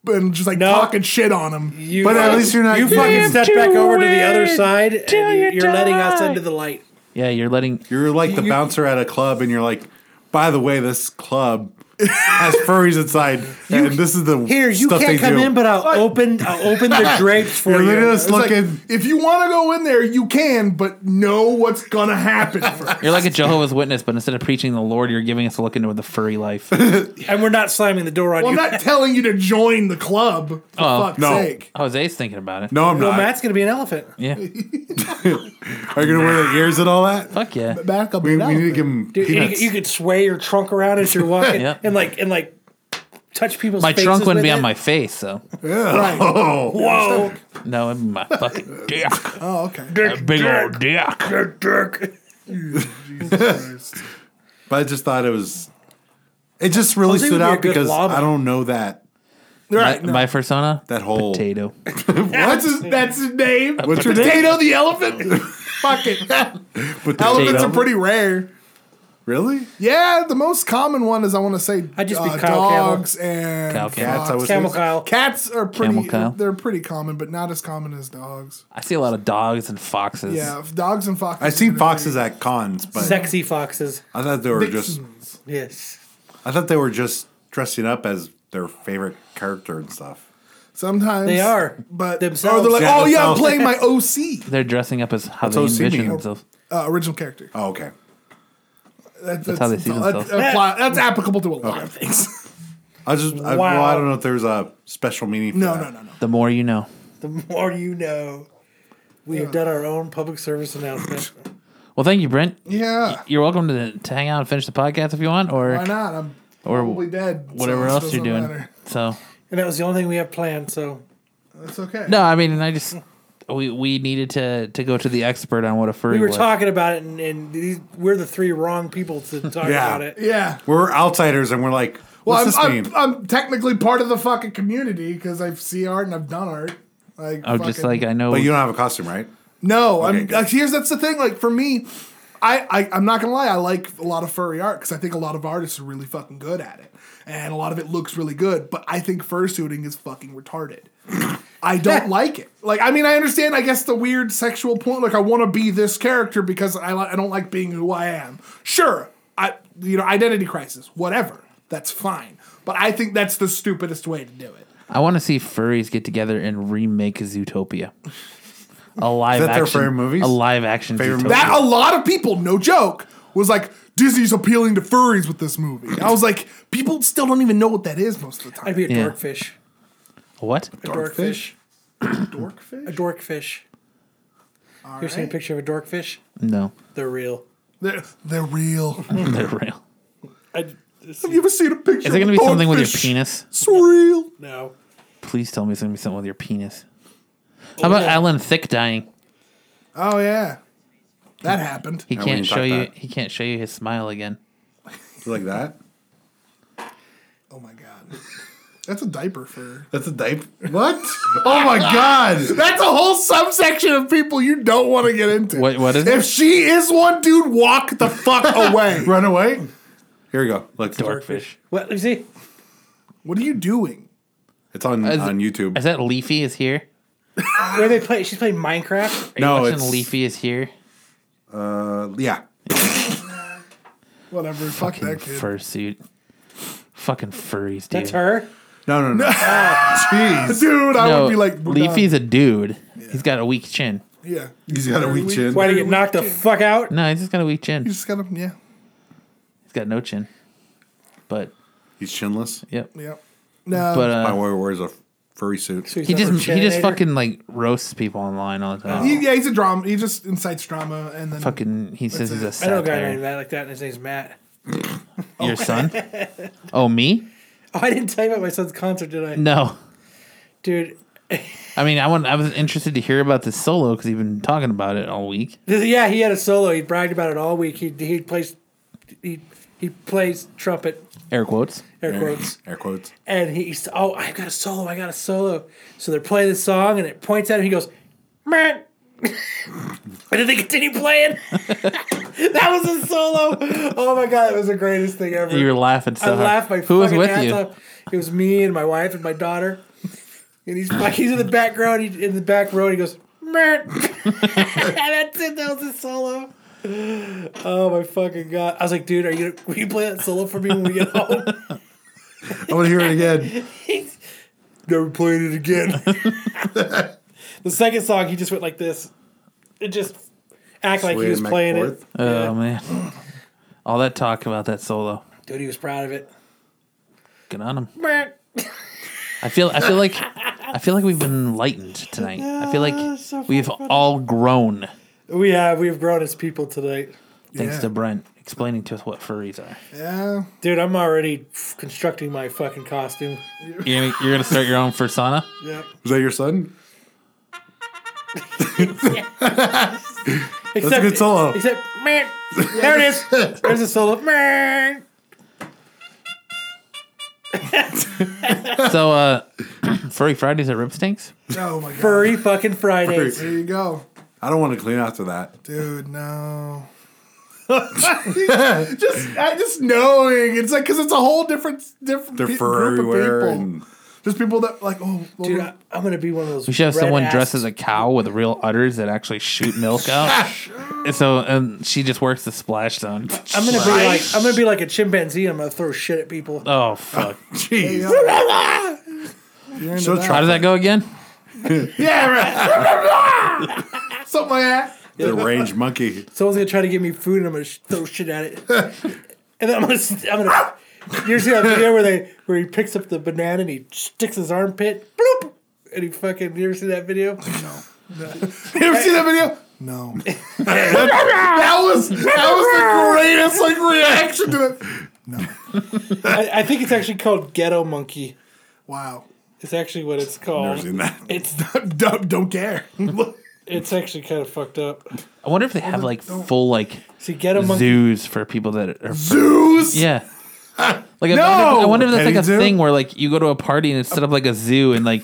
[SPEAKER 4] but I'm just like
[SPEAKER 2] No.
[SPEAKER 4] talking shit on him.
[SPEAKER 2] You,
[SPEAKER 3] But at least you're not
[SPEAKER 2] You
[SPEAKER 3] you.
[SPEAKER 2] fucking step
[SPEAKER 1] to
[SPEAKER 2] back over to the other
[SPEAKER 1] it
[SPEAKER 2] side, and
[SPEAKER 1] till
[SPEAKER 2] you-
[SPEAKER 1] you
[SPEAKER 2] you're letting us
[SPEAKER 1] die.
[SPEAKER 2] into the light.
[SPEAKER 1] Yeah, you're letting.
[SPEAKER 3] you're like the bouncer at a club, and you're like, by the way, this club has furries inside, and this is the
[SPEAKER 2] Here, you
[SPEAKER 3] stuff
[SPEAKER 2] can't
[SPEAKER 3] they
[SPEAKER 2] come
[SPEAKER 3] do.
[SPEAKER 2] in, but I'll open I'll open the drapes for
[SPEAKER 3] You're literally
[SPEAKER 2] you.
[SPEAKER 3] just
[SPEAKER 4] It's like,
[SPEAKER 3] looking.
[SPEAKER 4] if you want to go in there, you can, but know what's gonna happen. first.
[SPEAKER 1] You're like a Jehovah's Witness, but instead of preaching the Lord, you're giving us a look into the furry life.
[SPEAKER 2] And we're not slamming the door on
[SPEAKER 4] well, I'm
[SPEAKER 2] you.
[SPEAKER 4] not telling you to join the club. For
[SPEAKER 2] Oh,
[SPEAKER 4] fuck's
[SPEAKER 3] no.
[SPEAKER 4] sake.
[SPEAKER 1] Jose's thinking about it.
[SPEAKER 3] no, I'm
[SPEAKER 2] well,
[SPEAKER 3] not.
[SPEAKER 2] Matt's gonna be an elephant.
[SPEAKER 1] Yeah.
[SPEAKER 3] Are you gonna wear the ears and all that?
[SPEAKER 1] Fuck yeah.
[SPEAKER 4] Back up.
[SPEAKER 3] We,
[SPEAKER 4] and
[SPEAKER 3] we
[SPEAKER 4] down.
[SPEAKER 3] need to give him
[SPEAKER 2] Dude, and you,
[SPEAKER 3] peanuts.
[SPEAKER 2] could- you could sway your trunk around as you're walking,
[SPEAKER 1] Yep.
[SPEAKER 2] and like and like touch people's.
[SPEAKER 1] My
[SPEAKER 2] faces
[SPEAKER 1] trunk wouldn't
[SPEAKER 2] with
[SPEAKER 1] be
[SPEAKER 2] it.
[SPEAKER 1] on my face, so
[SPEAKER 4] right.
[SPEAKER 3] oh,
[SPEAKER 2] Whoa,
[SPEAKER 1] no, it'd be my fucking dick,
[SPEAKER 4] Oh, okay.
[SPEAKER 1] that big old dick.
[SPEAKER 2] jerk.
[SPEAKER 3] but I just thought it was. It just really
[SPEAKER 2] Jose would
[SPEAKER 3] stood
[SPEAKER 2] be a
[SPEAKER 3] out
[SPEAKER 2] good
[SPEAKER 3] because
[SPEAKER 2] lawman.
[SPEAKER 3] I don't know that
[SPEAKER 1] My, my persona,
[SPEAKER 3] that whole.
[SPEAKER 1] potato.
[SPEAKER 4] That's his, that's his name.
[SPEAKER 3] What's your name?
[SPEAKER 4] Potato the elephant. Fuck it. Elephants
[SPEAKER 1] Potato.
[SPEAKER 4] are pretty rare.
[SPEAKER 3] Really?
[SPEAKER 4] Yeah, the most common one is I want to say uh,
[SPEAKER 2] I'd just be Kyle Camel.
[SPEAKER 4] dogs and
[SPEAKER 1] Kyle Camel.
[SPEAKER 4] fox.
[SPEAKER 3] Cats, I was-
[SPEAKER 2] Camel Kyle.
[SPEAKER 4] Cats are pretty.
[SPEAKER 1] Camel Kyle.
[SPEAKER 4] They're pretty common, but not as common as dogs.
[SPEAKER 1] I see a lot of dogs and foxes.
[SPEAKER 4] Yeah, f- dogs and foxes.
[SPEAKER 3] I've seen
[SPEAKER 4] are
[SPEAKER 3] foxes at cons, but
[SPEAKER 2] Sexy foxes.
[SPEAKER 3] I thought they were
[SPEAKER 4] pretty-
[SPEAKER 3] just.
[SPEAKER 4] Dixons.
[SPEAKER 2] Yes.
[SPEAKER 3] I thought they were just dressing up as their favorite character and stuff.
[SPEAKER 4] Sometimes
[SPEAKER 2] They are,
[SPEAKER 4] but
[SPEAKER 2] themselves.
[SPEAKER 4] Or they're like,
[SPEAKER 3] Yeah,
[SPEAKER 4] oh yeah, I'm
[SPEAKER 3] themselves.
[SPEAKER 4] playing my OC
[SPEAKER 1] They're dressing up as how
[SPEAKER 3] That's
[SPEAKER 1] they
[SPEAKER 3] OC
[SPEAKER 1] envision
[SPEAKER 3] mean.
[SPEAKER 1] themselves.
[SPEAKER 4] uh, original character.
[SPEAKER 3] Oh, okay.
[SPEAKER 4] That-
[SPEAKER 1] how they see themselves.
[SPEAKER 4] That, apply, that's applicable to a lot of things.
[SPEAKER 3] I just. I, well,
[SPEAKER 2] Wow.
[SPEAKER 3] I don't know if there's a special meaning. For
[SPEAKER 4] No,
[SPEAKER 3] that.
[SPEAKER 4] no, no, no.
[SPEAKER 1] The more you know.
[SPEAKER 2] The more you know. We have done our own public service announcement.
[SPEAKER 1] Well, thank you, Brent.
[SPEAKER 4] Yeah,
[SPEAKER 1] You're welcome to, to hang out and finish the podcast if you want, or
[SPEAKER 4] why not? I'm
[SPEAKER 1] Or
[SPEAKER 4] probably dead. so
[SPEAKER 1] whatever
[SPEAKER 4] it
[SPEAKER 1] else
[SPEAKER 4] doesn't
[SPEAKER 1] you're doing.
[SPEAKER 4] matter.
[SPEAKER 1] So
[SPEAKER 2] and that was the only thing we have planned, so
[SPEAKER 4] That's okay.
[SPEAKER 1] no, I mean, and I just we we needed to to go to the expert on what a furry
[SPEAKER 2] we were
[SPEAKER 1] was.
[SPEAKER 2] talking about it and, and these, we're the three wrong people to talk
[SPEAKER 3] Yeah.
[SPEAKER 2] about it.
[SPEAKER 4] Yeah.
[SPEAKER 3] We're outsiders, and we're like,
[SPEAKER 4] Well,
[SPEAKER 3] what's
[SPEAKER 4] I'm,
[SPEAKER 3] this mean?
[SPEAKER 4] I'm, I'm technically part of the fucking community because I see art and I've done art. Like,
[SPEAKER 1] Oh, just like I know.
[SPEAKER 3] but you don't have a costume, right?
[SPEAKER 4] no, I'm
[SPEAKER 3] good.
[SPEAKER 4] like, here's that's the thing. Like for me, I, I I'm not gonna lie. I like a lot of furry art because I think a lot of artists are really fucking good at it, and a lot of it looks really good. But I think fursuiting is fucking retarded. I don't like it. Like, I mean, I understand. I guess the weird sexual point. Like, I want to be this character because I li- I don't like being who I am. Sure, I you know identity crisis, whatever. That's fine. But I think that's the stupidest way to do it.
[SPEAKER 1] I want to see furries get together and remake Zootopia. A live
[SPEAKER 3] that their
[SPEAKER 1] action
[SPEAKER 3] favorite movies?
[SPEAKER 1] A live action
[SPEAKER 3] Favorite
[SPEAKER 1] Zootopia.
[SPEAKER 3] movie?
[SPEAKER 4] That a lot of people, no joke, was like Disney's appealing to furries with this movie. I was like, people still don't even know what that is most of the
[SPEAKER 2] I'd
[SPEAKER 4] time.
[SPEAKER 2] be a
[SPEAKER 1] Yeah.
[SPEAKER 2] dorkfish.
[SPEAKER 1] What?
[SPEAKER 2] A dorkfish.
[SPEAKER 4] Dorkfish.
[SPEAKER 2] A dorkfish. You're seeing a picture of a dorkfish?
[SPEAKER 1] No,
[SPEAKER 2] They're real.
[SPEAKER 4] They're, they're real.
[SPEAKER 1] they're real.
[SPEAKER 2] I,
[SPEAKER 4] Have you ever seen a picture?
[SPEAKER 1] Is it
[SPEAKER 4] of
[SPEAKER 1] gonna
[SPEAKER 4] a
[SPEAKER 1] be something with your
[SPEAKER 4] dorkfish?
[SPEAKER 1] penis?
[SPEAKER 4] It's real.
[SPEAKER 2] no.
[SPEAKER 1] Please tell me it's gonna be something with your penis. How about Alan Thick dying?
[SPEAKER 4] Oh yeah, that happened.
[SPEAKER 1] He
[SPEAKER 3] I
[SPEAKER 1] can't
[SPEAKER 3] wouldn't
[SPEAKER 1] show
[SPEAKER 3] touch
[SPEAKER 1] you.
[SPEAKER 3] that.
[SPEAKER 1] He can't show you his smile again.
[SPEAKER 3] You like that?
[SPEAKER 4] Oh my god, that's a diaper fur.
[SPEAKER 3] That's a diaper. What? oh my god!
[SPEAKER 4] That's a whole subsection of people you don't want to get into.
[SPEAKER 1] What- what is it?
[SPEAKER 4] If she is one dude, walk the fuck away.
[SPEAKER 3] Run away. Here we go. Look,
[SPEAKER 1] Dorkfish.
[SPEAKER 2] What? Let me see.
[SPEAKER 4] what are you doing?
[SPEAKER 3] It's on
[SPEAKER 1] Is-
[SPEAKER 3] on YouTube.
[SPEAKER 1] Is that Leafy is here?
[SPEAKER 2] Where they play? She's playing Minecraft.
[SPEAKER 1] Are
[SPEAKER 3] No,
[SPEAKER 1] you watching
[SPEAKER 3] it's-
[SPEAKER 1] Leafy is here.
[SPEAKER 3] Uh, yeah.
[SPEAKER 4] Whatever. Fuck
[SPEAKER 1] Fucking
[SPEAKER 4] that kid.
[SPEAKER 1] fursuit. Fucking furries, dude.
[SPEAKER 2] That's her.
[SPEAKER 3] No, no, no. Jeez.
[SPEAKER 4] Dude, I
[SPEAKER 1] No,
[SPEAKER 4] would be like we're done.
[SPEAKER 1] Leafy's a dude. He's got a weak chin.
[SPEAKER 4] Yeah.
[SPEAKER 3] He's got a weak
[SPEAKER 4] weak.
[SPEAKER 3] chin.
[SPEAKER 2] Why do you get knocked the fuck out?
[SPEAKER 1] No, he's just got a weak chin.
[SPEAKER 4] You
[SPEAKER 1] He's
[SPEAKER 4] just gotta, yeah,
[SPEAKER 1] got no chin. But
[SPEAKER 3] He's chinless.
[SPEAKER 1] yep.
[SPEAKER 4] yeah. No,
[SPEAKER 1] But
[SPEAKER 3] My
[SPEAKER 1] uh,
[SPEAKER 3] warrior wears a furry suit.
[SPEAKER 1] He just he just fucking like roasts people online all the time.
[SPEAKER 4] He, yeah, he's a drama. He just incites drama, and then
[SPEAKER 1] Fucking, he says he's a
[SPEAKER 2] I know a guy
[SPEAKER 1] satire.
[SPEAKER 2] named Matt like that, and his name's Matt.
[SPEAKER 1] Your son? Oh, me?
[SPEAKER 2] Oh, I didn't tell you about my son's concert, did I?
[SPEAKER 1] No.
[SPEAKER 2] Dude,
[SPEAKER 1] I mean, I want. I was interested to hear about this solo because he's been talking about it all week.
[SPEAKER 2] This- Yeah, he had a solo. He bragged about it all week. He he plays he he plays trumpet
[SPEAKER 1] Air quotes.
[SPEAKER 2] air quotes,
[SPEAKER 3] Air quotes.
[SPEAKER 2] and he- he's oh I've got a solo, I got a solo. So they're playing the song, and it points at him. He goes, man. and then they continue playing. that was his solo. Oh my god, it was the greatest thing ever.
[SPEAKER 1] You were laughing so
[SPEAKER 2] I
[SPEAKER 1] hard.
[SPEAKER 2] laughed my
[SPEAKER 1] Who was
[SPEAKER 2] fucking
[SPEAKER 1] with
[SPEAKER 2] ass
[SPEAKER 1] you?
[SPEAKER 2] off. It was me and my wife and my daughter. And he's like, he's in the background. He, in the back row. He goes, "Mert." That's it. That was a solo. Oh my fucking god! I was like, dude, are you gonna, will you play that solo for me when we get home?
[SPEAKER 3] I want to hear it again.
[SPEAKER 2] He's never played it again. the second song, he just went like this. It just act like he
[SPEAKER 3] Swaying
[SPEAKER 2] was
[SPEAKER 3] back
[SPEAKER 2] playing it.
[SPEAKER 3] forth.
[SPEAKER 1] Oh man, all that talk about that solo.
[SPEAKER 2] Dude, he was proud of it.
[SPEAKER 1] Good on him.
[SPEAKER 2] Mert.
[SPEAKER 1] I feel. I feel like. I feel like we've been enlightened tonight. I feel like
[SPEAKER 2] that's so
[SPEAKER 1] we've all grown
[SPEAKER 2] We have we've grown as people tonight.
[SPEAKER 1] thanks
[SPEAKER 4] Yeah.
[SPEAKER 1] to Brent explaining to us what furries are.
[SPEAKER 4] yeah,
[SPEAKER 2] Dude, I'm already f- constructing my fucking costume.
[SPEAKER 1] You're gonna, you're gonna start your own fursana.
[SPEAKER 3] Is that your son?
[SPEAKER 2] Except,
[SPEAKER 3] good solo.
[SPEAKER 2] Except, man, there it is. There's a solo. Man.
[SPEAKER 1] So, uh, furry Fridays at Rib Stinks.
[SPEAKER 4] oh my god,
[SPEAKER 2] Furry fucking Fridays.
[SPEAKER 4] there you go,
[SPEAKER 3] I don't want to clean after that.
[SPEAKER 4] dude. No, just I just knowing it's like because it's a whole different different
[SPEAKER 3] They're
[SPEAKER 4] pe-
[SPEAKER 3] fur everywhere. And
[SPEAKER 4] Just people that like oh well,
[SPEAKER 2] Dude, I, I'm gonna be one of those.
[SPEAKER 1] We should have someone dressed as a cow with real udders that actually shoot milk out. And so, and she just works the splash zone.
[SPEAKER 2] I'm gonna be like I'm gonna be like a chimpanzee. I'm gonna throw shit at people.
[SPEAKER 1] Oh fuck!
[SPEAKER 3] jeez,
[SPEAKER 4] you're into
[SPEAKER 3] so
[SPEAKER 4] that.
[SPEAKER 1] How
[SPEAKER 3] try
[SPEAKER 1] does that go again?
[SPEAKER 4] yeah, right. something like that.
[SPEAKER 3] the range monkey.
[SPEAKER 2] Someone's gonna try to give me food, and I'm gonna sh- throw shit at it. and then I'm gonna st- I'm gonna. You ever see that video where they where he picks up the banana and he sticks his armpit, bloop, and he fucking. You ever see that video?
[SPEAKER 4] You ever see that video? No. that, that was that was the greatest like reaction to it.
[SPEAKER 2] I, I think it's actually called Ghetto Monkey.
[SPEAKER 4] Wow.
[SPEAKER 2] It's actually what it's called.
[SPEAKER 3] Never seen that.
[SPEAKER 2] It's
[SPEAKER 4] don't, don't care.
[SPEAKER 2] it's actually kind of fucked up.
[SPEAKER 1] I wonder if they have like full like
[SPEAKER 2] See, Ghetto Monkey.
[SPEAKER 1] zoos for people that are.
[SPEAKER 4] Zeus.
[SPEAKER 1] Yeah. Like I, wonder,
[SPEAKER 4] No!
[SPEAKER 1] I wonder if that's
[SPEAKER 3] Petting
[SPEAKER 1] like a
[SPEAKER 3] zoo?
[SPEAKER 1] thing where like you go to a party and it's set up like a zoo and like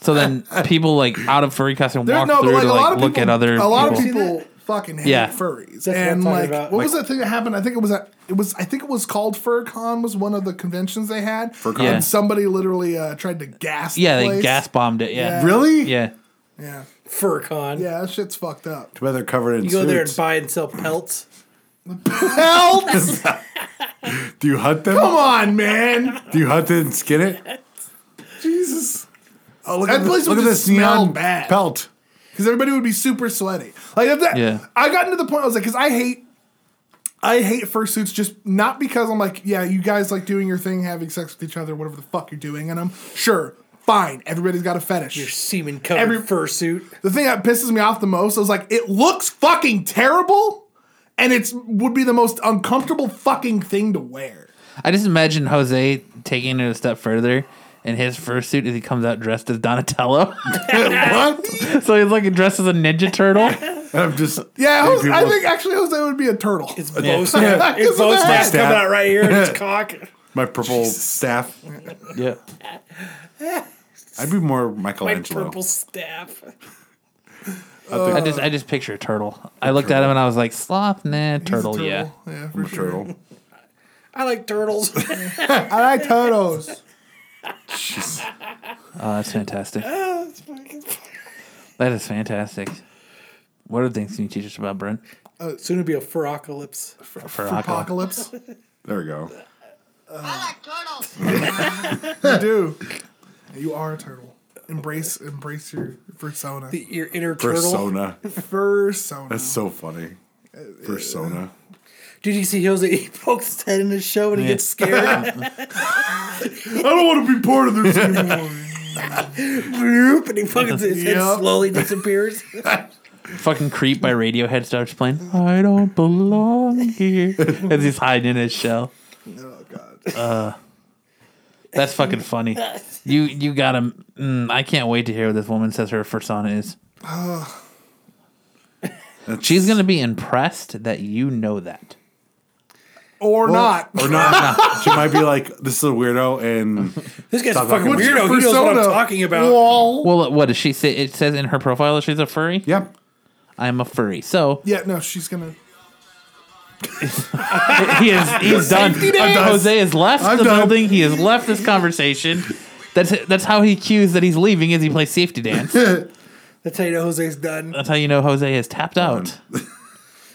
[SPEAKER 1] so then people like out of furry costume
[SPEAKER 4] There,
[SPEAKER 1] walk
[SPEAKER 4] no,
[SPEAKER 1] through
[SPEAKER 4] but like
[SPEAKER 1] to
[SPEAKER 4] a lot
[SPEAKER 1] like
[SPEAKER 4] of
[SPEAKER 1] look
[SPEAKER 4] people,
[SPEAKER 1] at other
[SPEAKER 4] a lot
[SPEAKER 1] people.
[SPEAKER 4] of people fucking hate
[SPEAKER 1] Yeah.
[SPEAKER 4] furries.
[SPEAKER 2] what I'm
[SPEAKER 4] and
[SPEAKER 2] talking
[SPEAKER 4] like,
[SPEAKER 2] about.
[SPEAKER 4] what was that thing that happened? I think it was at it was I think it was called FurCon was one of the conventions they had. FurCon.
[SPEAKER 1] Yeah.
[SPEAKER 4] And somebody literally uh, tried to gas.
[SPEAKER 1] Yeah,
[SPEAKER 4] the
[SPEAKER 1] they
[SPEAKER 4] place.
[SPEAKER 1] gas bombed it. Yeah.
[SPEAKER 3] Really?
[SPEAKER 1] Yeah.
[SPEAKER 4] Yeah,
[SPEAKER 2] Furcon.
[SPEAKER 4] yeah, that shit's fucked up.
[SPEAKER 3] Whether covered in
[SPEAKER 2] You go there and
[SPEAKER 3] suits.
[SPEAKER 2] buy and sell pelts.
[SPEAKER 4] Help!
[SPEAKER 3] Do you hunt them?
[SPEAKER 4] Come on, man.
[SPEAKER 3] Do you hunt it and skin it?
[SPEAKER 4] Jesus.
[SPEAKER 3] Oh, look
[SPEAKER 4] That
[SPEAKER 3] at,
[SPEAKER 4] place
[SPEAKER 3] this, look
[SPEAKER 4] would
[SPEAKER 3] at
[SPEAKER 4] just
[SPEAKER 3] this
[SPEAKER 4] smell
[SPEAKER 3] neon
[SPEAKER 4] bad.
[SPEAKER 3] pelt.
[SPEAKER 4] because everybody would be super sweaty. Like if that,
[SPEAKER 1] Yeah.
[SPEAKER 4] I got into the point I was like, because I hate, I hate fursuits just not because I'm like, yeah, you guys like doing your thing, having sex with each other, whatever the fuck you're doing, and I'm sure, fine, everybody's got a fetish.
[SPEAKER 2] Your semen covered
[SPEAKER 4] Every-
[SPEAKER 2] fursuit.
[SPEAKER 4] the thing that pisses me off the most is like, it looks fucking terrible, and it's would be the most uncomfortable fucking thing to wear.
[SPEAKER 1] I just imagine Jose taking it a step further and his fursuit is he comes out dressed as Donatello.
[SPEAKER 3] what?
[SPEAKER 1] so he's like dressed as a ninja turtle.
[SPEAKER 3] I'm just
[SPEAKER 4] Yeah,
[SPEAKER 3] Hey,
[SPEAKER 4] Jose, I
[SPEAKER 3] people-
[SPEAKER 4] think actually Jose would be a turtle.
[SPEAKER 2] It's both. It's
[SPEAKER 4] Isn't
[SPEAKER 2] both
[SPEAKER 4] that-
[SPEAKER 2] legs coming
[SPEAKER 3] Stab.
[SPEAKER 2] out right here. and It's cock.
[SPEAKER 3] my purple staff.
[SPEAKER 1] yeah.
[SPEAKER 3] I'd be more
[SPEAKER 2] My
[SPEAKER 3] Michelangelo.
[SPEAKER 2] purple staff.
[SPEAKER 1] I just I just picture a turtle. I looked at him and I was like, sloth, nah,
[SPEAKER 4] He's a
[SPEAKER 1] turtle, yeah.
[SPEAKER 4] yeah, for sure.
[SPEAKER 3] turtle.
[SPEAKER 2] I like turtles.
[SPEAKER 4] I like turtles.
[SPEAKER 1] Oh, that's fantastic.
[SPEAKER 2] That's fucking-
[SPEAKER 1] That is fantastic. What other things can you teach us about Brent?
[SPEAKER 2] Soon to be a furocalypse.
[SPEAKER 1] For alcohol.
[SPEAKER 4] Apocalypse.
[SPEAKER 3] There we go.
[SPEAKER 6] I like turtles.
[SPEAKER 4] You do. You are a turtle. Embrace, embrace your persona. The
[SPEAKER 2] Your inner turtle.
[SPEAKER 3] Persona.
[SPEAKER 4] persona.
[SPEAKER 3] That's so funny. Persona.
[SPEAKER 2] Did you see Jose? He pokes his head in his show and he gets scared.
[SPEAKER 4] I don't want to be part of this anymore.
[SPEAKER 2] Bloop, and he fucking his head
[SPEAKER 4] Yep.
[SPEAKER 2] slowly disappears.
[SPEAKER 1] Fucking creep by Radiohead starts playing. I don't belong here as he's hiding in his shell. Uh,
[SPEAKER 4] Oh god.
[SPEAKER 1] That's fucking funny. You you got him. Mm, I can't wait to hear what this woman says her persona is. She's gonna be impressed that you know that.
[SPEAKER 4] Or not.
[SPEAKER 3] or not. she might be like, "This is a weirdo," and
[SPEAKER 2] This guy's
[SPEAKER 3] Stop
[SPEAKER 2] a fucking
[SPEAKER 3] talking. What's
[SPEAKER 4] your
[SPEAKER 2] weirdo. He knows what I'm
[SPEAKER 4] persona?
[SPEAKER 2] talking about.
[SPEAKER 4] Lol.
[SPEAKER 1] Well, what does she say? It says in her profile that she's a furry.
[SPEAKER 3] yeah,
[SPEAKER 1] I'm a furry. So
[SPEAKER 4] Yeah, no, she's gonna.
[SPEAKER 1] he is he's done. Uh,
[SPEAKER 4] net.
[SPEAKER 1] Jose has left
[SPEAKER 3] I'm
[SPEAKER 1] the
[SPEAKER 3] done.
[SPEAKER 1] building. He has left this conversation. That's that's how he cues that he's leaving. Is he plays safety dance?
[SPEAKER 2] That's how you know Jose's done.
[SPEAKER 1] That's how you know Jose has tapped out.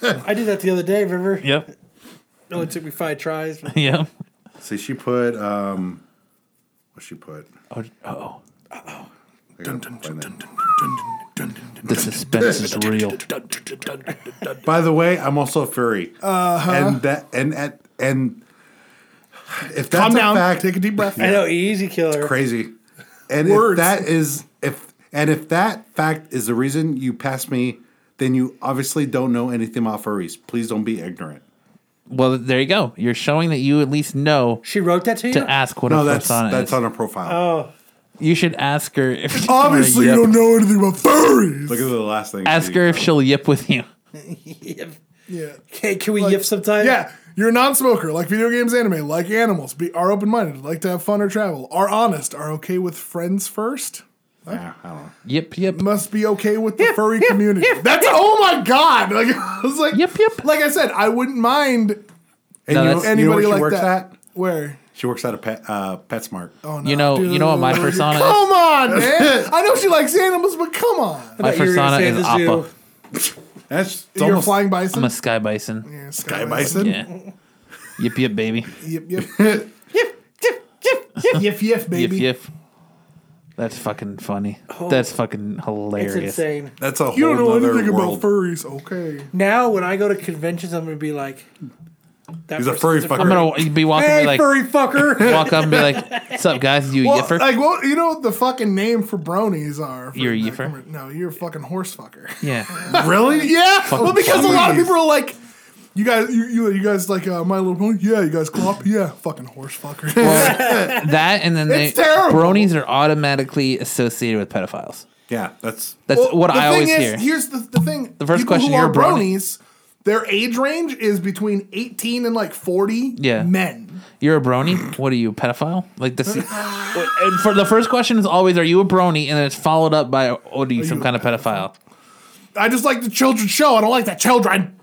[SPEAKER 2] I did that the other day, remember?
[SPEAKER 1] Yep.
[SPEAKER 2] It only took me five tries.
[SPEAKER 1] Yep.
[SPEAKER 3] See, she put um, what she put.
[SPEAKER 1] Oh, oh.
[SPEAKER 3] I gotta find that.
[SPEAKER 1] the suspense is real.
[SPEAKER 3] By the way, I'm also a furry. Uh huh.
[SPEAKER 4] Uh-huh.
[SPEAKER 3] And that and at and if that's
[SPEAKER 4] Calm
[SPEAKER 3] a
[SPEAKER 4] down.
[SPEAKER 3] fact,
[SPEAKER 4] Take a deep breath.
[SPEAKER 2] I know, easy killer.
[SPEAKER 3] crazy. And
[SPEAKER 4] Words.
[SPEAKER 3] if that is if and if that fact is the reason you passed me, then you obviously don't know anything about furries. Please don't be ignorant.
[SPEAKER 1] Well, there you go. You're showing that you at least know
[SPEAKER 2] She wrote that to you?
[SPEAKER 1] to ask what
[SPEAKER 3] No,
[SPEAKER 1] a
[SPEAKER 3] that's
[SPEAKER 1] persona
[SPEAKER 3] that's
[SPEAKER 1] is.
[SPEAKER 3] on her profile.
[SPEAKER 1] you should ask her if she
[SPEAKER 4] Obviously,
[SPEAKER 1] wanna
[SPEAKER 4] you
[SPEAKER 1] yip.
[SPEAKER 4] don't know anything about furries.
[SPEAKER 3] Look at the last thing.
[SPEAKER 1] Ask
[SPEAKER 3] she-
[SPEAKER 1] her if she'll yip with you.
[SPEAKER 2] Yip.
[SPEAKER 4] yeah.
[SPEAKER 2] Hey, can we yip sometime?
[SPEAKER 4] Yeah, you're a non-smoker, like video games, anime, like animals. Be are open-minded, like to have fun or travel, are honest, are okay with friends first.
[SPEAKER 3] Yeah, I don't know.
[SPEAKER 1] Yip yip.
[SPEAKER 4] Must be okay with the furry community. That's oh my god! Like I was like,
[SPEAKER 1] Yep, yep.
[SPEAKER 4] Like I said, I wouldn't mind
[SPEAKER 3] And
[SPEAKER 1] No,
[SPEAKER 3] you know,
[SPEAKER 1] that's-
[SPEAKER 3] you know where
[SPEAKER 4] anybody
[SPEAKER 3] she
[SPEAKER 4] like
[SPEAKER 3] works
[SPEAKER 4] that.
[SPEAKER 3] at?
[SPEAKER 4] Where?
[SPEAKER 3] She works at a pet uh PetSmart. Oh.
[SPEAKER 1] You know, you know what my
[SPEAKER 4] Dude.
[SPEAKER 1] persona is.
[SPEAKER 4] Come on, man. I know she likes animals, but come on.
[SPEAKER 1] My
[SPEAKER 2] thought you were
[SPEAKER 1] persona
[SPEAKER 2] gonna say
[SPEAKER 1] is
[SPEAKER 2] the zoo.
[SPEAKER 1] Appa.
[SPEAKER 3] That's it's
[SPEAKER 4] You're a
[SPEAKER 3] almost
[SPEAKER 4] flying
[SPEAKER 1] I'm
[SPEAKER 4] bison.
[SPEAKER 1] a sky bison.
[SPEAKER 4] Yeah,
[SPEAKER 3] guy
[SPEAKER 4] sky
[SPEAKER 3] bison.
[SPEAKER 1] Yeah. Yip yip baby.
[SPEAKER 4] Yep, yep. yep, yip, yip, yip, yip, yip,
[SPEAKER 1] Yip
[SPEAKER 4] baby.
[SPEAKER 1] yip. That's fucking funny. That's fucking hilarious.
[SPEAKER 2] It's insane.
[SPEAKER 3] That's a whole
[SPEAKER 4] You don't know
[SPEAKER 3] nother
[SPEAKER 4] anything
[SPEAKER 3] world.
[SPEAKER 4] about furries, okay?
[SPEAKER 2] Now, when I go to conventions, I'm going to be like, that
[SPEAKER 3] He's a
[SPEAKER 2] person's
[SPEAKER 3] furry fucker.
[SPEAKER 1] I'm gonna you'd be walking
[SPEAKER 2] Hey,
[SPEAKER 1] be like
[SPEAKER 2] furry fucker.
[SPEAKER 1] walk up and be like, "What's up, guys? You
[SPEAKER 4] Well,
[SPEAKER 1] yipper?"
[SPEAKER 4] like, well, you know what the fucking name for bronies are? For
[SPEAKER 1] You're a
[SPEAKER 4] no,
[SPEAKER 1] yipper?
[SPEAKER 4] come here. No, you're a fucking horse fucker.
[SPEAKER 1] yeah.
[SPEAKER 4] really? Yeah. well, because a lot of
[SPEAKER 3] bronies.
[SPEAKER 4] people are like, you guys, you you, you guys like uh, My Little Pony? Yeah. You guys clop? Yeah. Fucking horse fucker.
[SPEAKER 1] That and then they
[SPEAKER 4] It's terrible.
[SPEAKER 1] bronies are automatically associated with pedophiles.
[SPEAKER 3] Yeah, that's
[SPEAKER 1] That's
[SPEAKER 4] Well,
[SPEAKER 1] what
[SPEAKER 4] the
[SPEAKER 1] I
[SPEAKER 4] thing
[SPEAKER 1] always
[SPEAKER 4] is,
[SPEAKER 1] hear.
[SPEAKER 4] Here's the, the thing. The
[SPEAKER 1] first question,
[SPEAKER 4] who
[SPEAKER 1] you're
[SPEAKER 4] are
[SPEAKER 1] a brony.
[SPEAKER 4] bronies, their age range is between 18 and like 40
[SPEAKER 1] Yeah.
[SPEAKER 4] men.
[SPEAKER 1] You're a brony. What are you, a pedophile? Like this. and for the first question is always, "Are you a brony?" And then it's followed up by, "Oh, do you some kind of pedophile?"
[SPEAKER 4] I just like the children's show. I don't like the children.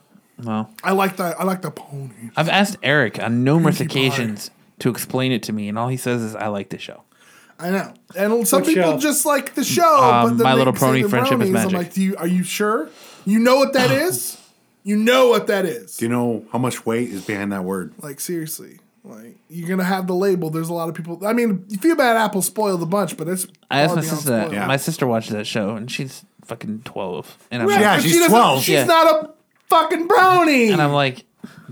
[SPEAKER 1] Well,
[SPEAKER 4] I like the I like the pony.
[SPEAKER 1] I've asked Eric on numerous
[SPEAKER 4] Pinkie pie.
[SPEAKER 1] occasions to explain it to me, and all he says is, "I like this show."
[SPEAKER 4] I know. And some
[SPEAKER 2] What
[SPEAKER 4] people
[SPEAKER 2] show?
[SPEAKER 4] just like the show.
[SPEAKER 1] Um,
[SPEAKER 4] but then
[SPEAKER 1] My
[SPEAKER 4] they
[SPEAKER 1] Little
[SPEAKER 4] say
[SPEAKER 1] Pony,
[SPEAKER 4] they're
[SPEAKER 1] Friendship is
[SPEAKER 4] I'm
[SPEAKER 1] Magic.
[SPEAKER 4] like, do you are you sure? You know what that is? You know what that is?
[SPEAKER 3] do you know how much weight is behind that word?
[SPEAKER 4] Like seriously. Like you're gonna have the label. There's a lot of people. I mean, you feel bad. Apple spoiled the bunch, but it's
[SPEAKER 1] I asked
[SPEAKER 4] far
[SPEAKER 1] my
[SPEAKER 4] beyond
[SPEAKER 1] sister that.
[SPEAKER 4] spoiled.
[SPEAKER 3] Yeah.
[SPEAKER 1] My sister watches that show, and she's fucking twelve, and I'm
[SPEAKER 4] Right,
[SPEAKER 1] like,
[SPEAKER 3] Yeah,
[SPEAKER 4] but
[SPEAKER 3] she's
[SPEAKER 4] she doesn't-
[SPEAKER 3] 12.
[SPEAKER 4] She's
[SPEAKER 1] Yeah.
[SPEAKER 4] not a fucking brownie.
[SPEAKER 1] and I'm like,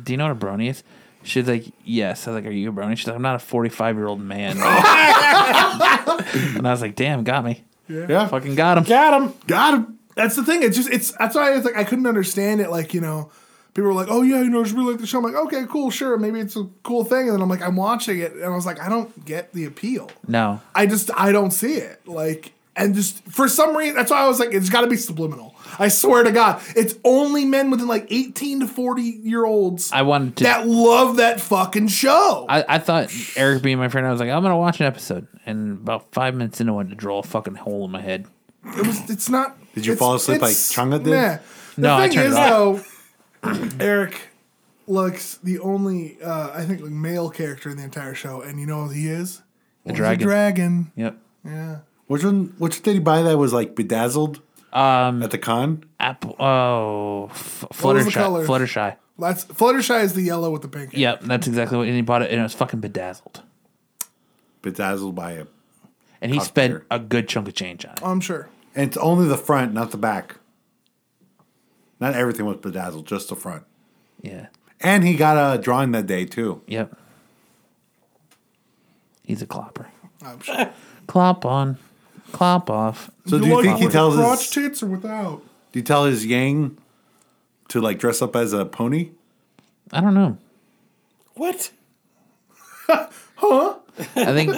[SPEAKER 1] "Do you know what a brony is?" She's like, "Yes." I was like, "Are you a brony?" She's like, "I'm not a 45 year old man." and I was like, "Damn, got me,
[SPEAKER 3] Yeah.
[SPEAKER 1] fucking got him."
[SPEAKER 4] got him. Got him. That's the thing. It's just it's that's why it's like I couldn't understand it. Like you know, people were like, "Oh yeah, you know, I just really like the show." I'm like, "Okay, cool, sure, maybe it's a cool thing." And then I'm like, I'm watching it, and I was like, I don't get the appeal.
[SPEAKER 1] No,
[SPEAKER 4] I just I don't see it. Like and just for some reason, that's why I was like, it's got to be subliminal. I swear to God, it's only men within like 18 to 40 year olds
[SPEAKER 1] I wanted to.
[SPEAKER 4] that love that fucking show.
[SPEAKER 1] I, I thought Eric being my friend, I was like, I'm gonna watch an episode, and about five minutes into it, to draw a fucking hole in my head.
[SPEAKER 4] It was. It's not.
[SPEAKER 3] Did you
[SPEAKER 4] it's-
[SPEAKER 3] fall asleep like
[SPEAKER 4] it's-
[SPEAKER 3] Changa did?
[SPEAKER 4] Nah. The
[SPEAKER 1] No, I
[SPEAKER 4] thing
[SPEAKER 1] turned
[SPEAKER 4] is
[SPEAKER 1] it
[SPEAKER 4] though, Eric looks the only uh, I think like male character in the entire show, and you know what he is? Well, he's
[SPEAKER 1] dragon.
[SPEAKER 4] dragon.
[SPEAKER 1] Yep.
[SPEAKER 4] Yeah.
[SPEAKER 3] Which one? Which did he buy that was like bedazzled? Um, at the con.
[SPEAKER 1] Apple. Oh, f-
[SPEAKER 4] What was the
[SPEAKER 1] Fluttershy.
[SPEAKER 4] color?
[SPEAKER 1] Fluttershy.
[SPEAKER 4] That's Fluttershy is the yellow with the pink.
[SPEAKER 1] Yep, that's exactly what. And he bought it, and it was fucking bedazzled.
[SPEAKER 3] Bedazzled by it.
[SPEAKER 1] And he
[SPEAKER 3] Cocktail.
[SPEAKER 1] spent a good chunk of change on it.
[SPEAKER 4] I'm sure.
[SPEAKER 3] And it's only the front, not the back. Not everything was bedazzled, just the front.
[SPEAKER 1] Yeah.
[SPEAKER 3] And he got a drawing that day too.
[SPEAKER 1] Yep. He's a clopper.
[SPEAKER 4] I'm sure.
[SPEAKER 1] Clop on. Clop off.
[SPEAKER 3] So do
[SPEAKER 5] You
[SPEAKER 3] you
[SPEAKER 5] like
[SPEAKER 3] think he
[SPEAKER 5] with
[SPEAKER 3] tells
[SPEAKER 4] crotch
[SPEAKER 3] his
[SPEAKER 4] tits or without?
[SPEAKER 3] do you tell his Yang to like dress up as a pony?
[SPEAKER 1] I don't know.
[SPEAKER 2] What?
[SPEAKER 1] I think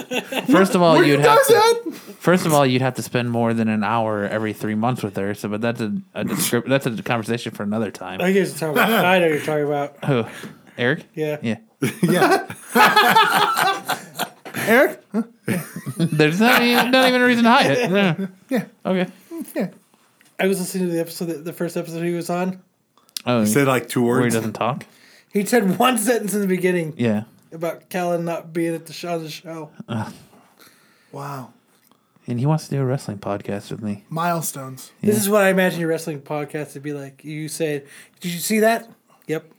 [SPEAKER 1] first of all
[SPEAKER 4] Where
[SPEAKER 1] you'd
[SPEAKER 4] you
[SPEAKER 1] have
[SPEAKER 4] guys
[SPEAKER 1] to,
[SPEAKER 4] at?
[SPEAKER 1] first of all you'd have to spend more than an hour every three months with her. So, but that's a, a descrip- that's a conversation for another
[SPEAKER 2] Oh,
[SPEAKER 1] time.
[SPEAKER 2] you guys are talking about. I know you're talking about.
[SPEAKER 1] Who? Eric?
[SPEAKER 2] Yeah.
[SPEAKER 1] Yeah.
[SPEAKER 3] Yeah.
[SPEAKER 4] Eric? Huh?
[SPEAKER 1] There's not even, not even a reason to hide it. Yeah.
[SPEAKER 4] Yeah.
[SPEAKER 1] Okay.
[SPEAKER 4] Yeah.
[SPEAKER 2] I was listening to the episode, that, the first episode he was on.
[SPEAKER 1] Oh,
[SPEAKER 3] He said like two
[SPEAKER 1] where he
[SPEAKER 3] words.
[SPEAKER 1] doesn't talk.
[SPEAKER 2] He said one sentence in the beginning
[SPEAKER 1] Yeah.
[SPEAKER 2] about Callan not being at the show, on the show.
[SPEAKER 4] Wow.
[SPEAKER 1] And he wants to do a wrestling podcast with me.
[SPEAKER 4] Milestones.
[SPEAKER 2] This is what I imagine your wrestling podcast would be like. You say, "Did you see that?" Yep.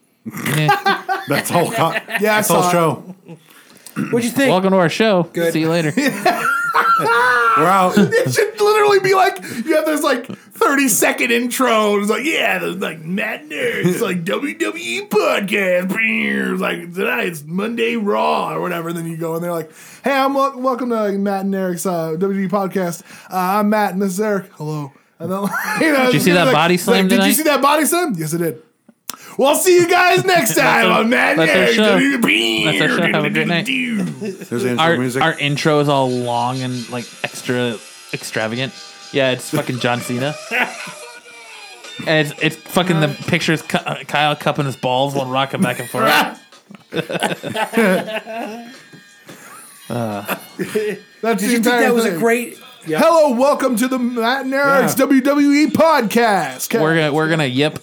[SPEAKER 1] Yeah.
[SPEAKER 3] That's all. Co-
[SPEAKER 4] Yeah, I
[SPEAKER 3] that's all
[SPEAKER 4] saw it.
[SPEAKER 3] show.
[SPEAKER 2] What'd you think?
[SPEAKER 1] Welcome to our show.
[SPEAKER 2] Good.
[SPEAKER 1] See you later.
[SPEAKER 3] We're out.
[SPEAKER 4] It should literally be like you have this like thirty second intro. And it's like yeah, there's like Matt Nerd. It's like WWE podcast. It's like tonight it's Monday Raw or whatever. And then you go in there like, hey, I'm wel- welcome to Matt and Eric's uh, WWE podcast. Uh, I'm Matt and this is Eric. Hello. And then, you know, did
[SPEAKER 1] you see that body slam
[SPEAKER 4] Did
[SPEAKER 1] tonight?"
[SPEAKER 4] you see that body slam? Yes, I did. Well, I'll see you guys next time on Matt and
[SPEAKER 1] that's our
[SPEAKER 4] Eric's E
[SPEAKER 1] show.
[SPEAKER 4] WWE.
[SPEAKER 1] That's our show. Have a great night.
[SPEAKER 3] There's the intro
[SPEAKER 1] Our,
[SPEAKER 3] music.
[SPEAKER 1] our intro is all long and like extra extravagant. Yeah, it's fucking John Cena. And it's, it's fucking the pictures Ky- uh, Kyle cupping his balls while rocking back and forth.
[SPEAKER 4] That's
[SPEAKER 2] Did
[SPEAKER 4] the
[SPEAKER 2] you think
[SPEAKER 4] entire
[SPEAKER 2] that was a
[SPEAKER 4] thing.
[SPEAKER 2] great?
[SPEAKER 4] Hello, welcome to the Matt and Eric's
[SPEAKER 3] Yeah.
[SPEAKER 4] WWE podcast.
[SPEAKER 1] We're gonna we're gonna yip.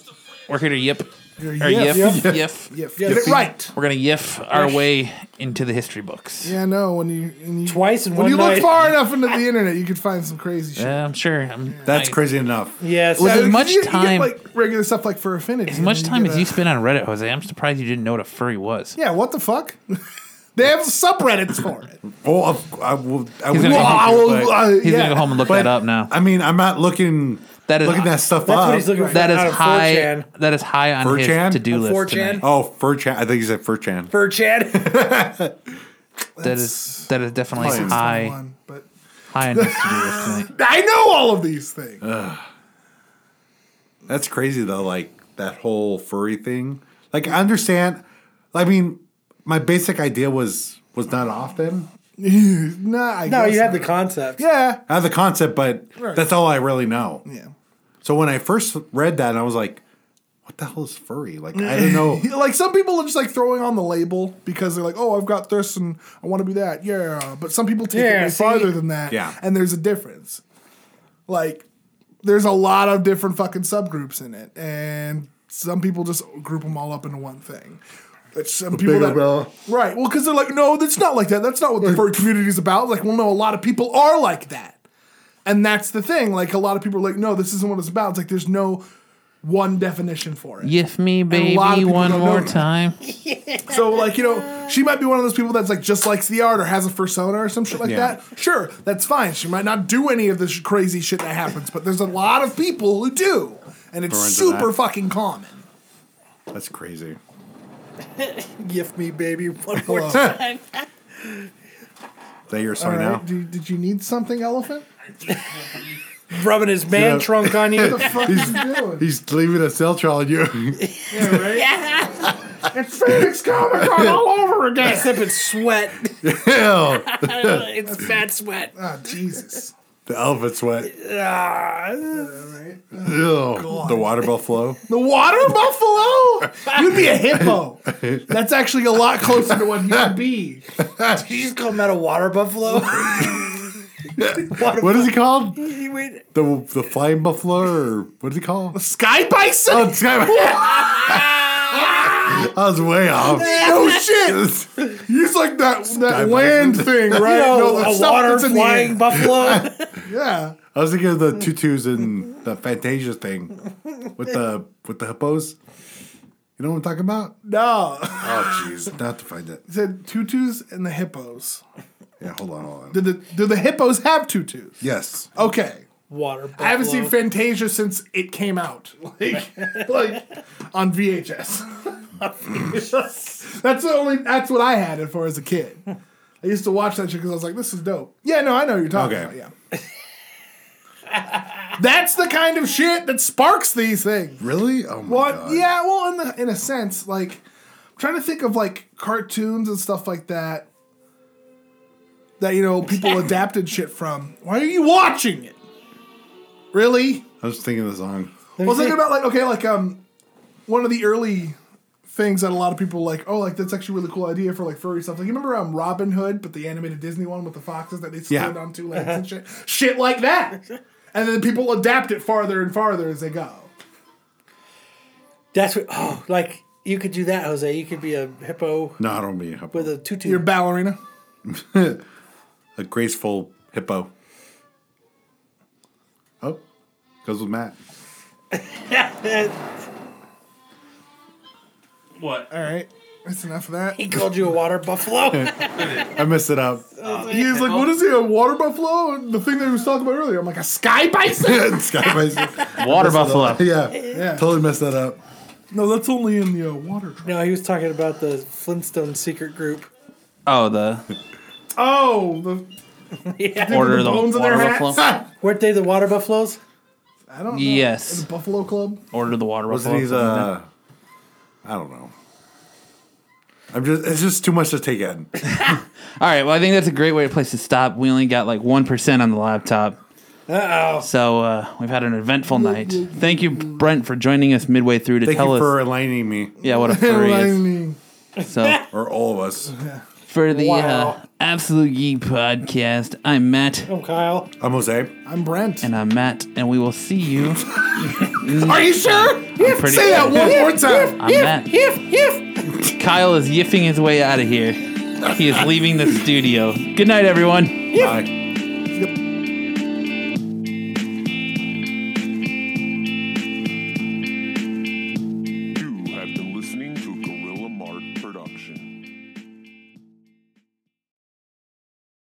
[SPEAKER 1] We're here to yip. Or
[SPEAKER 4] yip,
[SPEAKER 1] yip. yip.
[SPEAKER 4] Yif, Get it right.
[SPEAKER 1] We're gonna yif our way into the history books.
[SPEAKER 4] Yeah, no. When you when you,
[SPEAKER 2] Twice in
[SPEAKER 4] when
[SPEAKER 2] one
[SPEAKER 4] you
[SPEAKER 2] night.
[SPEAKER 4] look far enough into the internet, you could find some crazy shit.
[SPEAKER 1] Yeah, I'm sure. I'm,
[SPEAKER 3] That's
[SPEAKER 1] I-
[SPEAKER 3] crazy enough.
[SPEAKER 2] Yes.
[SPEAKER 1] Was
[SPEAKER 4] Yeah,
[SPEAKER 1] as
[SPEAKER 4] because
[SPEAKER 1] much
[SPEAKER 4] you- you get,
[SPEAKER 1] time-
[SPEAKER 4] like regular stuff like for affinity.
[SPEAKER 1] As much time as you
[SPEAKER 4] A,
[SPEAKER 1] spend on Reddit, Jose, I'm surprised you didn't know what a furry was.
[SPEAKER 4] yeah, what the fuck? they have subreddits for it.
[SPEAKER 3] Oh, of- I will. I would.
[SPEAKER 1] gonna-
[SPEAKER 4] Well, I will- uh,
[SPEAKER 1] He's
[SPEAKER 4] yeah.
[SPEAKER 1] gonna go home and look
[SPEAKER 3] but-
[SPEAKER 1] that up now.
[SPEAKER 3] I mean, I'm not looking.
[SPEAKER 1] That is-
[SPEAKER 3] looking that stuff
[SPEAKER 2] That's
[SPEAKER 3] up.
[SPEAKER 2] what he's looking for.
[SPEAKER 1] That
[SPEAKER 2] out
[SPEAKER 1] is
[SPEAKER 2] of
[SPEAKER 1] high.
[SPEAKER 2] 4chan.
[SPEAKER 1] That is high on his
[SPEAKER 3] 4chan?
[SPEAKER 1] to-do
[SPEAKER 2] On
[SPEAKER 1] list
[SPEAKER 2] 4chan?
[SPEAKER 1] tonight.
[SPEAKER 3] oh, fur chan. I think he said fur chan.
[SPEAKER 2] For Chad.
[SPEAKER 1] That is that is definitely
[SPEAKER 4] Six to
[SPEAKER 1] high
[SPEAKER 4] one, but
[SPEAKER 1] high on his to-do list tonight.
[SPEAKER 4] I know all of these things.
[SPEAKER 3] That's crazy though. Like that whole furry thing. Like I understand. I mean, my basic idea was was not off then.
[SPEAKER 4] nah, I
[SPEAKER 2] no,
[SPEAKER 4] guess
[SPEAKER 2] you had
[SPEAKER 4] not.
[SPEAKER 2] the concept.
[SPEAKER 4] yeah,
[SPEAKER 3] I have the concept, but that's all I really know.
[SPEAKER 4] yeah.
[SPEAKER 3] So when I first read that, I was like, "What the hell is furry?" Like I didn't know.
[SPEAKER 2] Oh.
[SPEAKER 4] Like some people are just like throwing on the label because they're like, "Oh, I've got this and I want to be that." Yeah, but some people take
[SPEAKER 2] Yeah,
[SPEAKER 4] it way
[SPEAKER 2] see?
[SPEAKER 4] farther than that.
[SPEAKER 3] Yeah.
[SPEAKER 4] and there's a difference. Like, there's a lot of different fucking subgroups in it, and some people just group them all up into one thing. But some people
[SPEAKER 3] big
[SPEAKER 4] that,
[SPEAKER 3] umbrella.
[SPEAKER 4] right? Well, because they're like, "No, that's not like that. That's not what the furry community is about." Like, well, no, a lot of people are like that. And that's the thing. Like a lot of people are like, no, this isn't what it's about. It's like there's no one definition for it.
[SPEAKER 1] Yiff me, baby,
[SPEAKER 4] lot of people
[SPEAKER 1] one
[SPEAKER 4] don't
[SPEAKER 1] more
[SPEAKER 4] know.
[SPEAKER 1] time.
[SPEAKER 4] So like you know, she might be one of those people that's like just likes the art or has a persona or some shit like
[SPEAKER 3] Yeah.
[SPEAKER 4] that. Sure, that's fine. She might not do any of this crazy shit that happens, but there's a lot of people who do, and it's
[SPEAKER 3] We're into
[SPEAKER 4] super
[SPEAKER 3] that.
[SPEAKER 4] fucking common.
[SPEAKER 3] That's crazy.
[SPEAKER 2] Gift me, baby, one more
[SPEAKER 4] Hello.
[SPEAKER 2] time.
[SPEAKER 3] Is that your
[SPEAKER 4] All
[SPEAKER 3] song now?
[SPEAKER 4] right, do, did you need something, elephant?
[SPEAKER 2] Rubbing his man
[SPEAKER 3] Yeah.
[SPEAKER 2] trunk on you.
[SPEAKER 4] What the fuck is he doing?
[SPEAKER 3] He's leaving a cell trail on you.
[SPEAKER 4] It's Phoenix Comic Con all over again.
[SPEAKER 2] Sipping sweat.
[SPEAKER 3] Hell,
[SPEAKER 2] it's bad sweat.
[SPEAKER 4] Ah, Jesus.
[SPEAKER 3] the elephant sweat.
[SPEAKER 2] Ah.
[SPEAKER 3] Ew. The water buffalo.
[SPEAKER 4] The water buffalo? You'd be a hippo. That's actually a lot closer to what he would be.
[SPEAKER 2] Did you just call him out a water buffalo?
[SPEAKER 3] What is he called? The
[SPEAKER 2] He went-
[SPEAKER 3] the flying buffalo or what is he called?
[SPEAKER 4] Sky bison?
[SPEAKER 3] Oh, it's got- I was way off.
[SPEAKER 4] Oh shit! He's like that that land thing, right?
[SPEAKER 2] you know,
[SPEAKER 4] the
[SPEAKER 2] Oh, a
[SPEAKER 4] stuff
[SPEAKER 2] water
[SPEAKER 4] that's in the
[SPEAKER 2] flying
[SPEAKER 4] air.
[SPEAKER 2] buffalo.
[SPEAKER 4] Yeah,
[SPEAKER 3] I was thinking of the tutus and the Fantasia thing with the with the hippos. You know what I'm talking about?
[SPEAKER 4] no.
[SPEAKER 3] Oh, jeez, not to find it.
[SPEAKER 4] He said tutus and the hippos.
[SPEAKER 3] Yeah, hold on, hold on.
[SPEAKER 4] Did the do the hippos have tutus?
[SPEAKER 3] Yes,
[SPEAKER 4] Okay,
[SPEAKER 2] water buffalo.
[SPEAKER 4] I haven't seen Fantasia since it came out, like like on VHS. that's the only. That's what I had it for as a kid. I used to watch that shit because I was like, "This is dope." Yeah, no, I know what you're talking
[SPEAKER 3] Okay.
[SPEAKER 4] about. Yeah, That's the kind of shit that sparks these things.
[SPEAKER 7] Really? Oh my
[SPEAKER 4] What?
[SPEAKER 7] god.
[SPEAKER 4] Yeah, well, in the in a sense, like I'm trying to think of like cartoons and stuff like that that you know people adapted shit from. Why are you watching it? Really?
[SPEAKER 3] I was thinking of the song.
[SPEAKER 4] Well, I was thinking about like okay, like um, one of the early things that a lot of people like. Oh, like that's actually a really cool idea for like furry stuff. Like you remember um Robin Hood, but the animated Disney one with the foxes that they stood
[SPEAKER 3] Yeah.
[SPEAKER 4] on two legs and shit, shit like that. And then people adapt it farther and farther as they go.
[SPEAKER 2] That's what. Oh, like you could do that, Jose. You could be a hippo
[SPEAKER 3] No, I don't mean a hippo.
[SPEAKER 2] with a tutu.
[SPEAKER 4] Your ballerina.
[SPEAKER 3] a graceful hippo. Oh, goes with Matt.
[SPEAKER 1] What?
[SPEAKER 4] All right, that's enough of that.
[SPEAKER 2] he called you a water buffalo.
[SPEAKER 3] I messed it up.
[SPEAKER 4] He was like, "What is he? A water buffalo? The thing that he was talking about earlier." I'm like, "A sky bison."
[SPEAKER 7] Sky Bison.
[SPEAKER 1] Water buffalo.
[SPEAKER 7] yeah.
[SPEAKER 4] Yeah.
[SPEAKER 7] Totally messed that up.
[SPEAKER 4] no, that's only in the uh, water. Truck.
[SPEAKER 2] no, he was talking about the Flintstone secret group.
[SPEAKER 1] Oh, the
[SPEAKER 4] Oh, the
[SPEAKER 2] Yeah.
[SPEAKER 1] order of the
[SPEAKER 4] bones in
[SPEAKER 1] water
[SPEAKER 4] their
[SPEAKER 1] buffalo.
[SPEAKER 4] hats.
[SPEAKER 2] Weren't they the water buffaloes?
[SPEAKER 4] I don't know.
[SPEAKER 1] Yes.
[SPEAKER 4] the Buffalo Club.
[SPEAKER 1] Order of the water
[SPEAKER 3] Wasn't
[SPEAKER 1] buffalo.
[SPEAKER 3] he the? I don't know. I'm just. It's just too much to take in.
[SPEAKER 1] All right. Well, I think that's a great way place to stop. We only got like one percent on the laptop. Uh oh. So uh, we've had an eventful night. Thank you, Brent, for joining us midway through to
[SPEAKER 3] Thank
[SPEAKER 1] tell
[SPEAKER 3] you
[SPEAKER 1] us.
[SPEAKER 3] for enlightening me
[SPEAKER 1] yeah, what a furry
[SPEAKER 4] I
[SPEAKER 1] is.
[SPEAKER 4] mean,
[SPEAKER 1] So
[SPEAKER 3] or all of us.
[SPEAKER 1] for the uh,
[SPEAKER 2] Wow.
[SPEAKER 1] Absolute Geek podcast, I'm Matt,
[SPEAKER 2] Oh, Kyle.
[SPEAKER 3] I'm Jose.
[SPEAKER 4] I'm Brent.
[SPEAKER 1] and I'm Matt, and we will see you.
[SPEAKER 4] Are you sure?
[SPEAKER 1] pretty-
[SPEAKER 4] Say that one more time.
[SPEAKER 1] I'm Matt. Kyle is yiffing his way out of here. He is leaving the studio. Good night, everyone.
[SPEAKER 3] Bye.